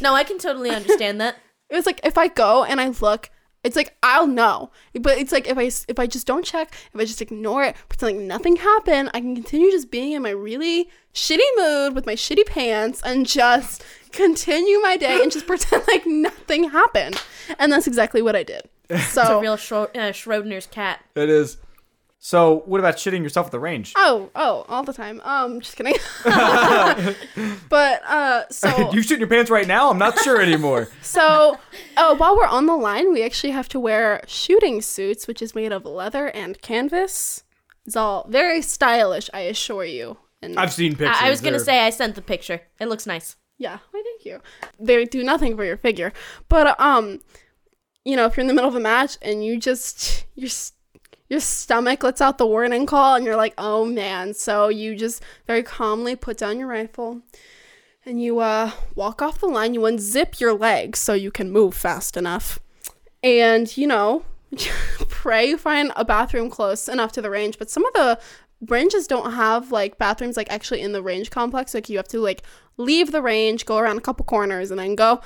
Speaker 3: no, I can totally understand [laughs] that.
Speaker 2: it was like if I go and I look, it's like I'll know. But it's like if I s- if I just don't check, if I just ignore it, pretend like nothing happened, I can continue just being in my really shitty mood with my shitty pants and just continue my day and just [laughs] pretend like nothing happened. And that's exactly what I [laughs] did. So
Speaker 3: Real Schro- uh, Schrodinger's cat.
Speaker 1: It is. So, what about shitting yourself at the range?
Speaker 2: Oh, oh, all the time. Um, just kidding. [laughs] but uh,
Speaker 3: Oh.
Speaker 2: so
Speaker 1: you shit your pants right now? I'm not sure anymore.
Speaker 2: So, uh, while we're on the line, we actually have to wear shooting suits, which is made of leather and canvas. It's all very stylish, I assure you. And
Speaker 1: I've seen pictures.
Speaker 3: I, I was gonna
Speaker 1: They're-
Speaker 3: say I sent the picture. It looks nice.
Speaker 2: yeah, why thank you. They do nothing for your figure, but um, you know, if you're in the middle of a match and you just your s- your stomach lets out the warning call, and you're like, oh man, so you just very calmly put down your rifle. And you uh, walk off the line, you unzip your legs so you can move fast enough. and you know [laughs] pray you find a bathroom close enough to the range but some of the ranges don't have like bathrooms like actually in the range complex like you have to like leave the range go around a couple corners and then go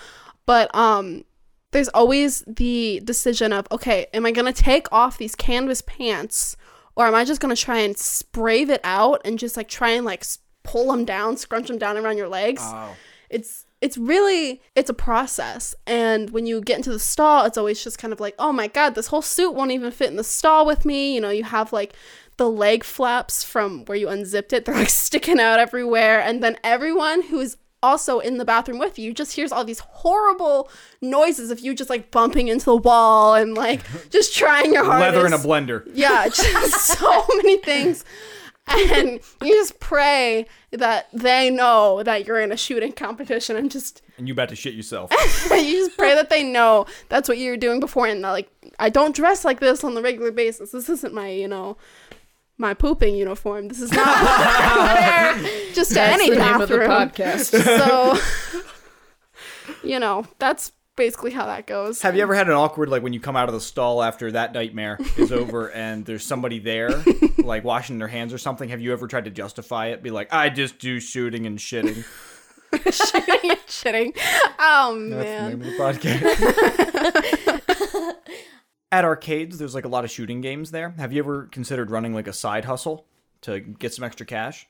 Speaker 2: but um there's always the decision of okay am i going to take off these canvas pants or am i just going to try and spray it out and just like try and like s- pull them down scrunch them down around your legs
Speaker 1: Oh.
Speaker 2: it's it's really it's a process and when you get into the stall it's always just kind of like oh my god this whole suit won't even fit in the stall with me you know you have like the leg flaps from where you unzipped it [laughs] they're like sticking out everywhere and then everyone who is also in the bathroom with you just hears all these horrible noises of you just like bumping into the wall and like just trying your hardest
Speaker 1: Leather in a blender.
Speaker 2: yeah, [laughs] just so many things. And you just pray that they know that you're in a shooting competition and just
Speaker 1: And you about to shit yourself.
Speaker 2: you just pray that they know that's what you were doing before and that like I don't dress like this on the regular basis. This isn't my, you know, my pooping uniform. This is not fair just to any bathroom.
Speaker 5: podcast.
Speaker 2: So [laughs] you know, that's basically how
Speaker 1: [laughs]
Speaker 2: that goes. [laughs]
Speaker 1: Have you ever had an awkward like when you come out of the stall after that nightmare is over and there's somebody there like washing their hands or something? Have you ever tried to justify it? Be like, I just do shooting and shitting.
Speaker 2: shitting? shitting. Oh man.
Speaker 1: name of the podcast. At arcades, there's like a lot of shooting games there. Have you ever considered running like a side hustle to get some extra cash?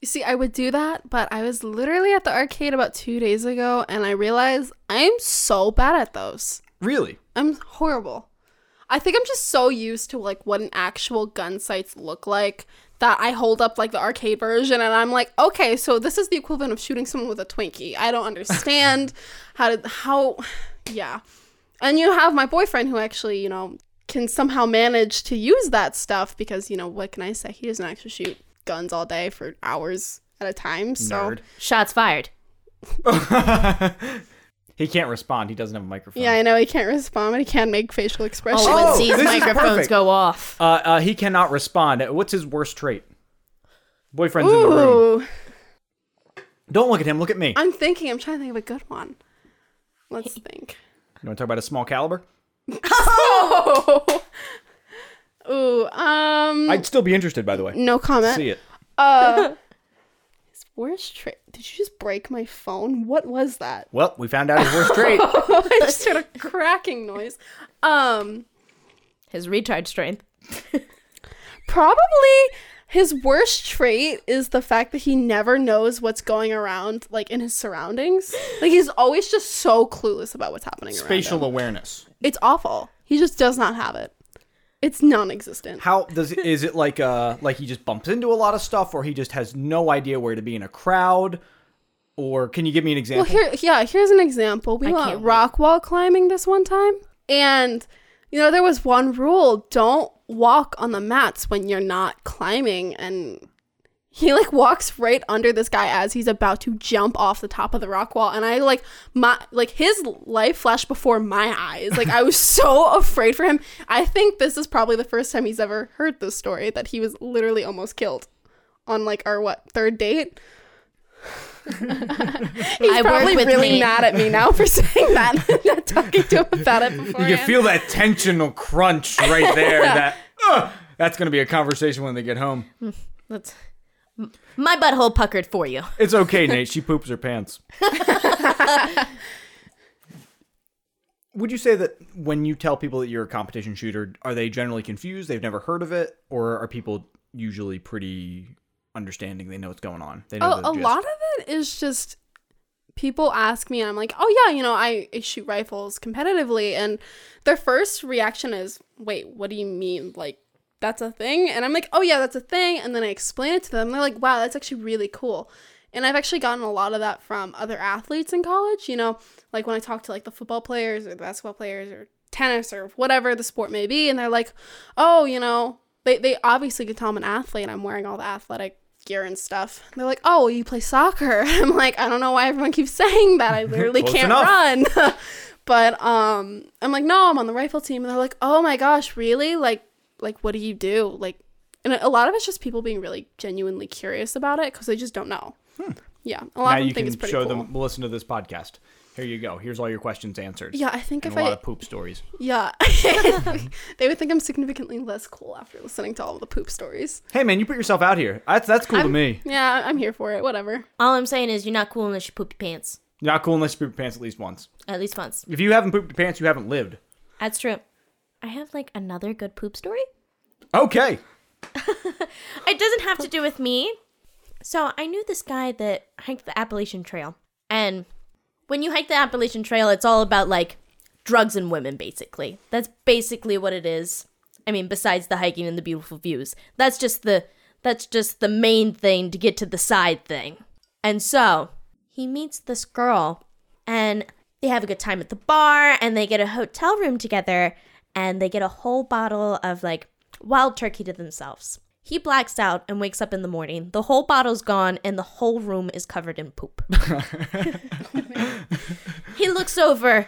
Speaker 2: You see, I would do that, but I was literally at the arcade about two days ago and I realized I'm so bad at those.
Speaker 1: Really?
Speaker 2: I'm horrible. I think I'm just so used to like what an actual gun sights look like that I hold up like the arcade version and I'm like, okay, so this is the equivalent of shooting someone with a Twinkie. I don't understand
Speaker 1: [laughs]
Speaker 2: how to how yeah. And you have my boyfriend who actually, you know, can somehow manage to use that stuff because, you know, what can I say? He doesn't actually shoot guns all day for hours at a time. So
Speaker 1: Nerd.
Speaker 3: [laughs] Shots fired.
Speaker 1: [laughs] he can't respond. He doesn't have a microphone.
Speaker 2: yeah, I know he can't respond, but he can make facial expressions.
Speaker 1: Oh,
Speaker 3: All I would see is
Speaker 1: this is
Speaker 3: microphones
Speaker 1: perfect.
Speaker 3: go off.
Speaker 1: Uh, uh, he cannot respond. What's his worst trait? Boyfriend's in the room.
Speaker 2: Ooh.
Speaker 1: Don't look at him. Look at me.
Speaker 2: I'm thinking. I'm trying to think of a good one. Let's think.
Speaker 1: You want to talk about a small caliber?
Speaker 2: Oh. Ooh. Um.
Speaker 1: I'd still be interested, by the way.
Speaker 2: no comment.
Speaker 1: See it.
Speaker 2: Uh. his worst trait. Did you just break my phone? What was that? [laughs]
Speaker 1: Well, we found out his worst trait.
Speaker 2: I just heard a cracking noise. Um.
Speaker 3: His retard strength.
Speaker 2: Probably his worst trait is the fact that he never knows what's going around, like in his surroundings. Like he's always just so clueless about what's happening around him.
Speaker 1: Spatial awareness.
Speaker 2: It's awful. He just does not have it. It's non-existent.
Speaker 1: How does it, is it like uh like he just bumps into a lot of stuff, or he just has no idea where to be in a crowd? Or can you give me an
Speaker 2: Well,
Speaker 1: example?
Speaker 2: here, yeah, here's an example. We went
Speaker 3: can't wait.
Speaker 2: rock wall climbing this one time, and you know there was one rule: don't walk on the mats when you're not climbing. And he like walks right under this guy as he's about to jump off the top of the rock wall, and I like my like his life flashed before my eyes. Like I was so afraid for him. I think this is probably the first time he's ever heard this story that he was literally almost killed on like our what
Speaker 1: [laughs]
Speaker 2: third date. He's
Speaker 3: I work
Speaker 2: probably
Speaker 3: with
Speaker 2: really
Speaker 3: me.
Speaker 2: mad at me now for [laughs] saying that, not talking to him about it before.
Speaker 1: you feel that tensional crunch right there. that "Ugh." that's going to be a conversation when they get home.
Speaker 3: That's m- my butthole puckered for you.
Speaker 1: It's okay, Nate. She poops her pants. [laughs] Would you say that when you tell people that you're a competition shooter, are they generally confused? They've never heard of it, or are people usually pretty understanding? They know what's going on. They know
Speaker 2: Oh,
Speaker 1: the
Speaker 2: a
Speaker 1: gist?
Speaker 2: lot of it is just people ask me, and I'm like, oh yeah, you know, I, I shoot rifles competitively, and their first reaction is, wait, what do you mean? Like that's a thing? And I'm like, oh yeah, that's a thing, and then I explain it to them. They're like, wow, that's actually really cool. And I've actually gotten a lot of that from other athletes in college. You know, like when I talk to like the football players or the basketball players or tennis or whatever the sport may be, and they're like, oh, you know, they, they obviously could tell I'm an athlete and I'm wearing all the athletic gear and stuff. And they're like, oh, you play soccer. [laughs] I'm like, I don't know why everyone keeps [laughs] saying that.
Speaker 1: [laughs]
Speaker 2: I literally
Speaker 1: Close
Speaker 2: can't
Speaker 1: enough.
Speaker 2: run. [laughs] but um, I'm like, no, I'm on the rifle team. And they're like, oh my gosh, really? Like, like what do you do? Like, and a lot of it's just people being really genuinely curious about it because they just don't know. Yeah, a
Speaker 1: now
Speaker 2: lot of
Speaker 1: you
Speaker 2: them think
Speaker 1: can
Speaker 2: it's pretty
Speaker 1: show
Speaker 2: cool.
Speaker 1: them. Listen to this podcast. Here you go. Here's all your questions answered.
Speaker 2: Yeah, I think
Speaker 1: and
Speaker 2: if
Speaker 1: a lot
Speaker 2: I
Speaker 1: of poop stories. [laughs]
Speaker 2: yeah, [laughs] they would think I'm significantly less cool after listening to all the poop stories.
Speaker 1: Hey man, you put yourself out here. That's that's cool to
Speaker 2: I'm-
Speaker 1: me.
Speaker 2: Yeah, I'm here for it. Whatever.
Speaker 3: All I'm saying is you're not cool unless you poop your pants.
Speaker 1: You're not cool unless you poop your pants at least once.
Speaker 3: At least once.
Speaker 1: If you haven't pooped your pants, you haven't lived.
Speaker 3: That's true. I have like another good poop story.
Speaker 1: Okay.
Speaker 3: It doesn't have to do with me. So I knew this guy that hiked the Appalachian Trail. And when you hike the Appalachian Trail, it's all about like drugs and women, basically. That's basically what it is. I mean, besides the hiking and the beautiful views. That's just the that's just the main thing to get to the side thing. And so he meets this girl and they have a good time at the bar and they get a hotel room together and they get a whole bottle of like wild turkey to themselves. He blacks out and wakes up in the morning. The whole bottle's gone and the whole room is covered in poop. he looks over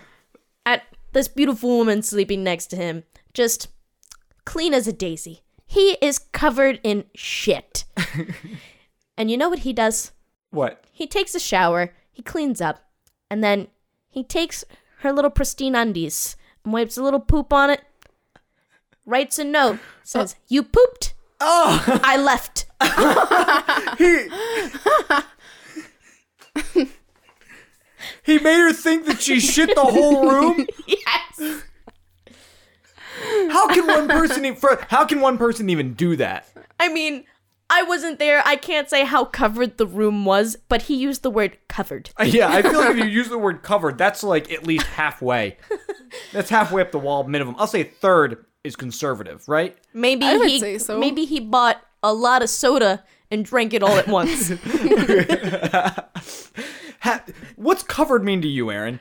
Speaker 3: at this beautiful woman sleeping next to him, just clean as a daisy. He is covered in shit. and you know what he does?
Speaker 1: What?
Speaker 3: He takes a shower, he cleans up, and then He takes her little pristine undies and wipes a little poop on it. Writes a note. Says, "You pooped.
Speaker 1: Oh,
Speaker 3: I left."
Speaker 1: he he made her think that she shit the whole room.
Speaker 3: yes.
Speaker 1: How can one person? e- fir- How can one person even do that?
Speaker 3: I mean, I wasn't there. I can't say how covered the room was, but he used the word covered.
Speaker 1: Uh, Yeah, I feel like if you use the word covered, that's like at least halfway. That's halfway up the wall minimum. I'll say third is conservative, right?
Speaker 3: Maybe
Speaker 2: I would
Speaker 3: he
Speaker 2: say so.
Speaker 3: maybe he bought a lot of soda and drank it all
Speaker 2: [laughs]
Speaker 3: at once.
Speaker 1: Ha- What's covered mean to you, Aaron?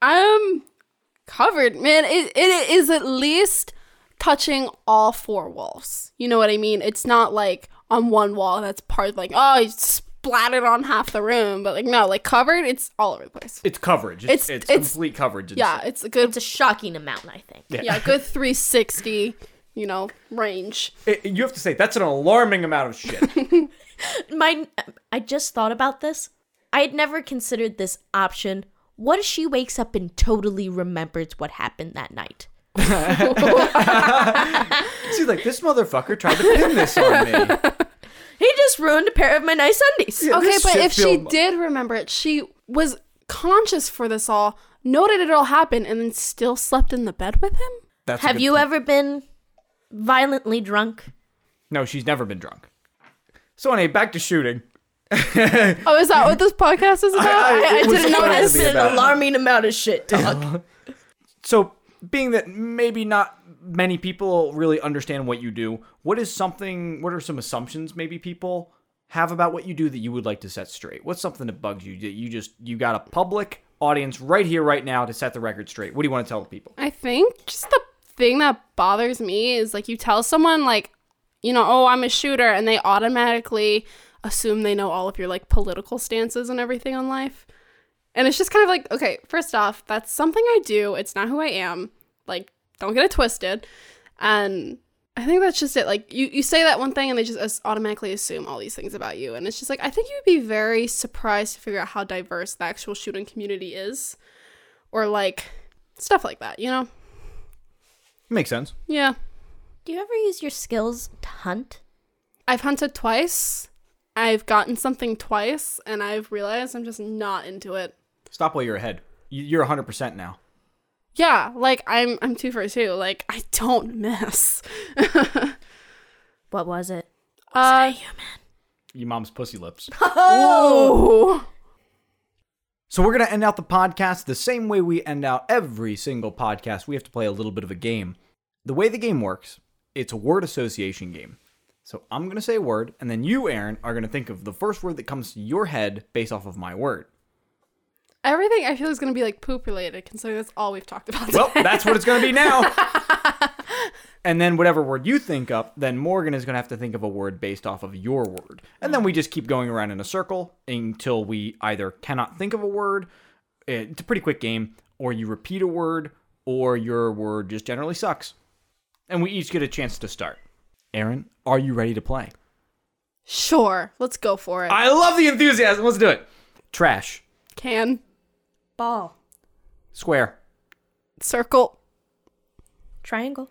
Speaker 2: I'm covered, man. It, it is at least touching all four walls. You know what I mean? It's not like on one wall that's part like, oh, you splattered on half the room, but like, no, like covered, it's all over the place.
Speaker 1: It's coverage. It's,
Speaker 2: It's-
Speaker 1: it's,
Speaker 2: it's-
Speaker 1: complete coverage. and
Speaker 2: Yeah,
Speaker 1: stuff.
Speaker 2: it's a good,
Speaker 3: it's a shocking amount, I think.
Speaker 2: yeah, good 360, you know, range.
Speaker 1: It- you have to say that's an alarming amount of shit. [laughs]
Speaker 3: My I just thought about this. I had never considered this option. What if she wakes up and totally remembers what happened that night?
Speaker 1: She's like, this motherfucker tried to pin this on me.
Speaker 2: [laughs]
Speaker 3: He just ruined a pair of my nice undies.
Speaker 1: Yeah,
Speaker 2: Okay,
Speaker 1: this
Speaker 2: but
Speaker 1: shit
Speaker 2: if she
Speaker 1: film-
Speaker 2: did remember it, she was conscious for this all, noted it all happened, and then still slept in the bed with him?
Speaker 1: That's a
Speaker 3: Have
Speaker 1: good
Speaker 3: you
Speaker 1: point.
Speaker 3: ever been violently drunk?
Speaker 1: No, she's never been drunk. So anyway, back to shooting.
Speaker 2: Oh, is that what this podcast is about?
Speaker 1: I-
Speaker 2: I,
Speaker 1: [laughs]
Speaker 2: I,
Speaker 1: it was
Speaker 2: didn't
Speaker 1: supposed
Speaker 2: know
Speaker 1: to
Speaker 2: this.
Speaker 1: be about-
Speaker 3: alarming amount of
Speaker 1: [laughs]
Speaker 3: shit talk.
Speaker 1: So, being that maybe not many people really understand what you do, what is something? What are some assumptions maybe people have about what you do that you would like to set straight? What's something that bugs you that you just you got a public audience right here, right now to set the record straight? What do you want to tell the people?
Speaker 2: I think just the thing that bothers me is like you tell someone like, you know, oh, I'm a shooter, and they automatically assume they know all of your like political stances and everything on life. And it's just kind of like, okay, first off, that's something I do. It's not who I am. Like, don't get it twisted. And I think that's just it. Like, you, you say that one thing and they just as- automatically assume all these things about you. And it's just like, I think you'd be very surprised to figure out how diverse the actual shooting community is or like stuff like that, you know?
Speaker 1: Makes sense.
Speaker 2: Yeah.
Speaker 3: Do you ever use your skills to hunt?
Speaker 2: I've hunted twice. I've gotten something twice and I've realized I'm just not into it.
Speaker 1: Stop while you're ahead. You- You're 100 percent now.
Speaker 2: Yeah, like I'm I'm two for two. Like I don't miss. [laughs]
Speaker 3: What was [laughs] it?
Speaker 2: Uh
Speaker 1: Your mom's pussy lips.
Speaker 2: oh.
Speaker 1: So we're going to end out the podcast the same way we end out every single podcast. We have to play a little bit of a game. The way the game works, it's a word association game. So I'm going to say a word, and then you, Aaron, are going to think of the first word that comes to your head based off of my word.
Speaker 2: Everything I feel is gonna be like poop related, considering that's all we've talked about. [laughs]
Speaker 1: Well, that's what it's going to be now. And then whatever word you think up, then Morgan is going to have to think of a word based off of your word. And then we just keep going around in a circle until we either cannot think of a word, eh, it's a pretty quick game, or you repeat a word, or your word just generally sucks. And we each get a chance to start. Aaron, are you ready to play?
Speaker 2: sure, let's go for it.
Speaker 1: I love the enthusiasm. Let's do it. Trash,
Speaker 2: Can
Speaker 3: Ball.
Speaker 1: square,
Speaker 2: circle
Speaker 3: Triangle.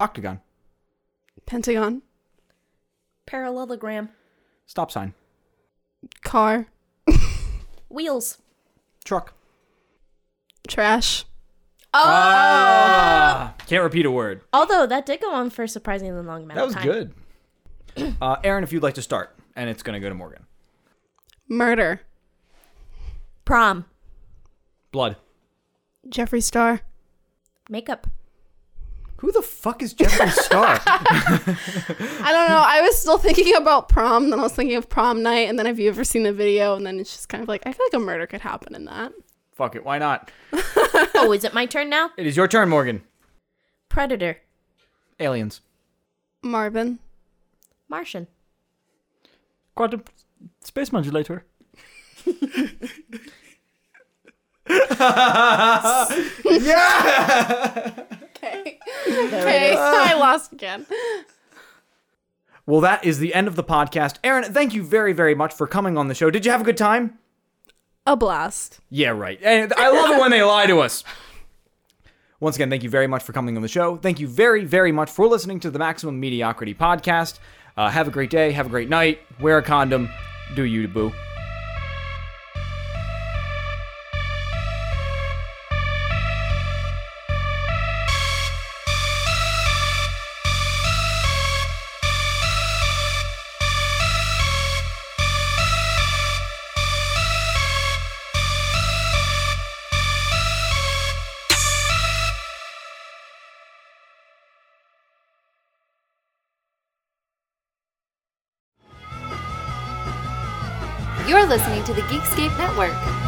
Speaker 1: octagon,
Speaker 2: pentagon
Speaker 3: Parallelogram.
Speaker 1: stop sign,
Speaker 2: car
Speaker 3: Wheels.
Speaker 1: truck.
Speaker 2: trash.
Speaker 3: Oh!
Speaker 1: Ah, can't repeat a word.
Speaker 3: Although that did go on for a surprisingly long amount
Speaker 1: That was
Speaker 3: of time.
Speaker 1: good.
Speaker 3: [clears throat]
Speaker 1: Uh, Aaron, if you'd like to start, and it's going to go to Morgan.
Speaker 2: Murder.
Speaker 3: Prom.
Speaker 1: Blood.
Speaker 2: Jeffree Star.
Speaker 3: Makeup.
Speaker 1: Who the fuck is Jeffree
Speaker 3: [laughs]
Speaker 1: Star?
Speaker 2: I don't know. I was still thinking about prom, then I was thinking of prom night, and then have you ever seen the video? And then it's just kind of like I feel like a murder could happen in that.
Speaker 1: fuck it, why not?
Speaker 3: oh, is it my turn now?
Speaker 1: It is your turn, Morgan.
Speaker 3: Predator.
Speaker 1: Aliens.
Speaker 2: Marvin,
Speaker 3: Martian.
Speaker 4: Quantum space modulator.
Speaker 2: [laughs] okay, okay, I lost again.
Speaker 1: Well, that is the end of the podcast. Aaron, thank you very, very much for coming on the show. Did you have a good time?
Speaker 2: a blast.
Speaker 1: Yeah, right. And I love it when they lie to us. Once again, thank you very much for coming on the show. Thank you very, very much for listening to the Maximum Mediocrity Podcast. Uh, have a great day. Have a great night. Wear a condom. Do you, boo.
Speaker 6: You're listening to the Geekscape Network.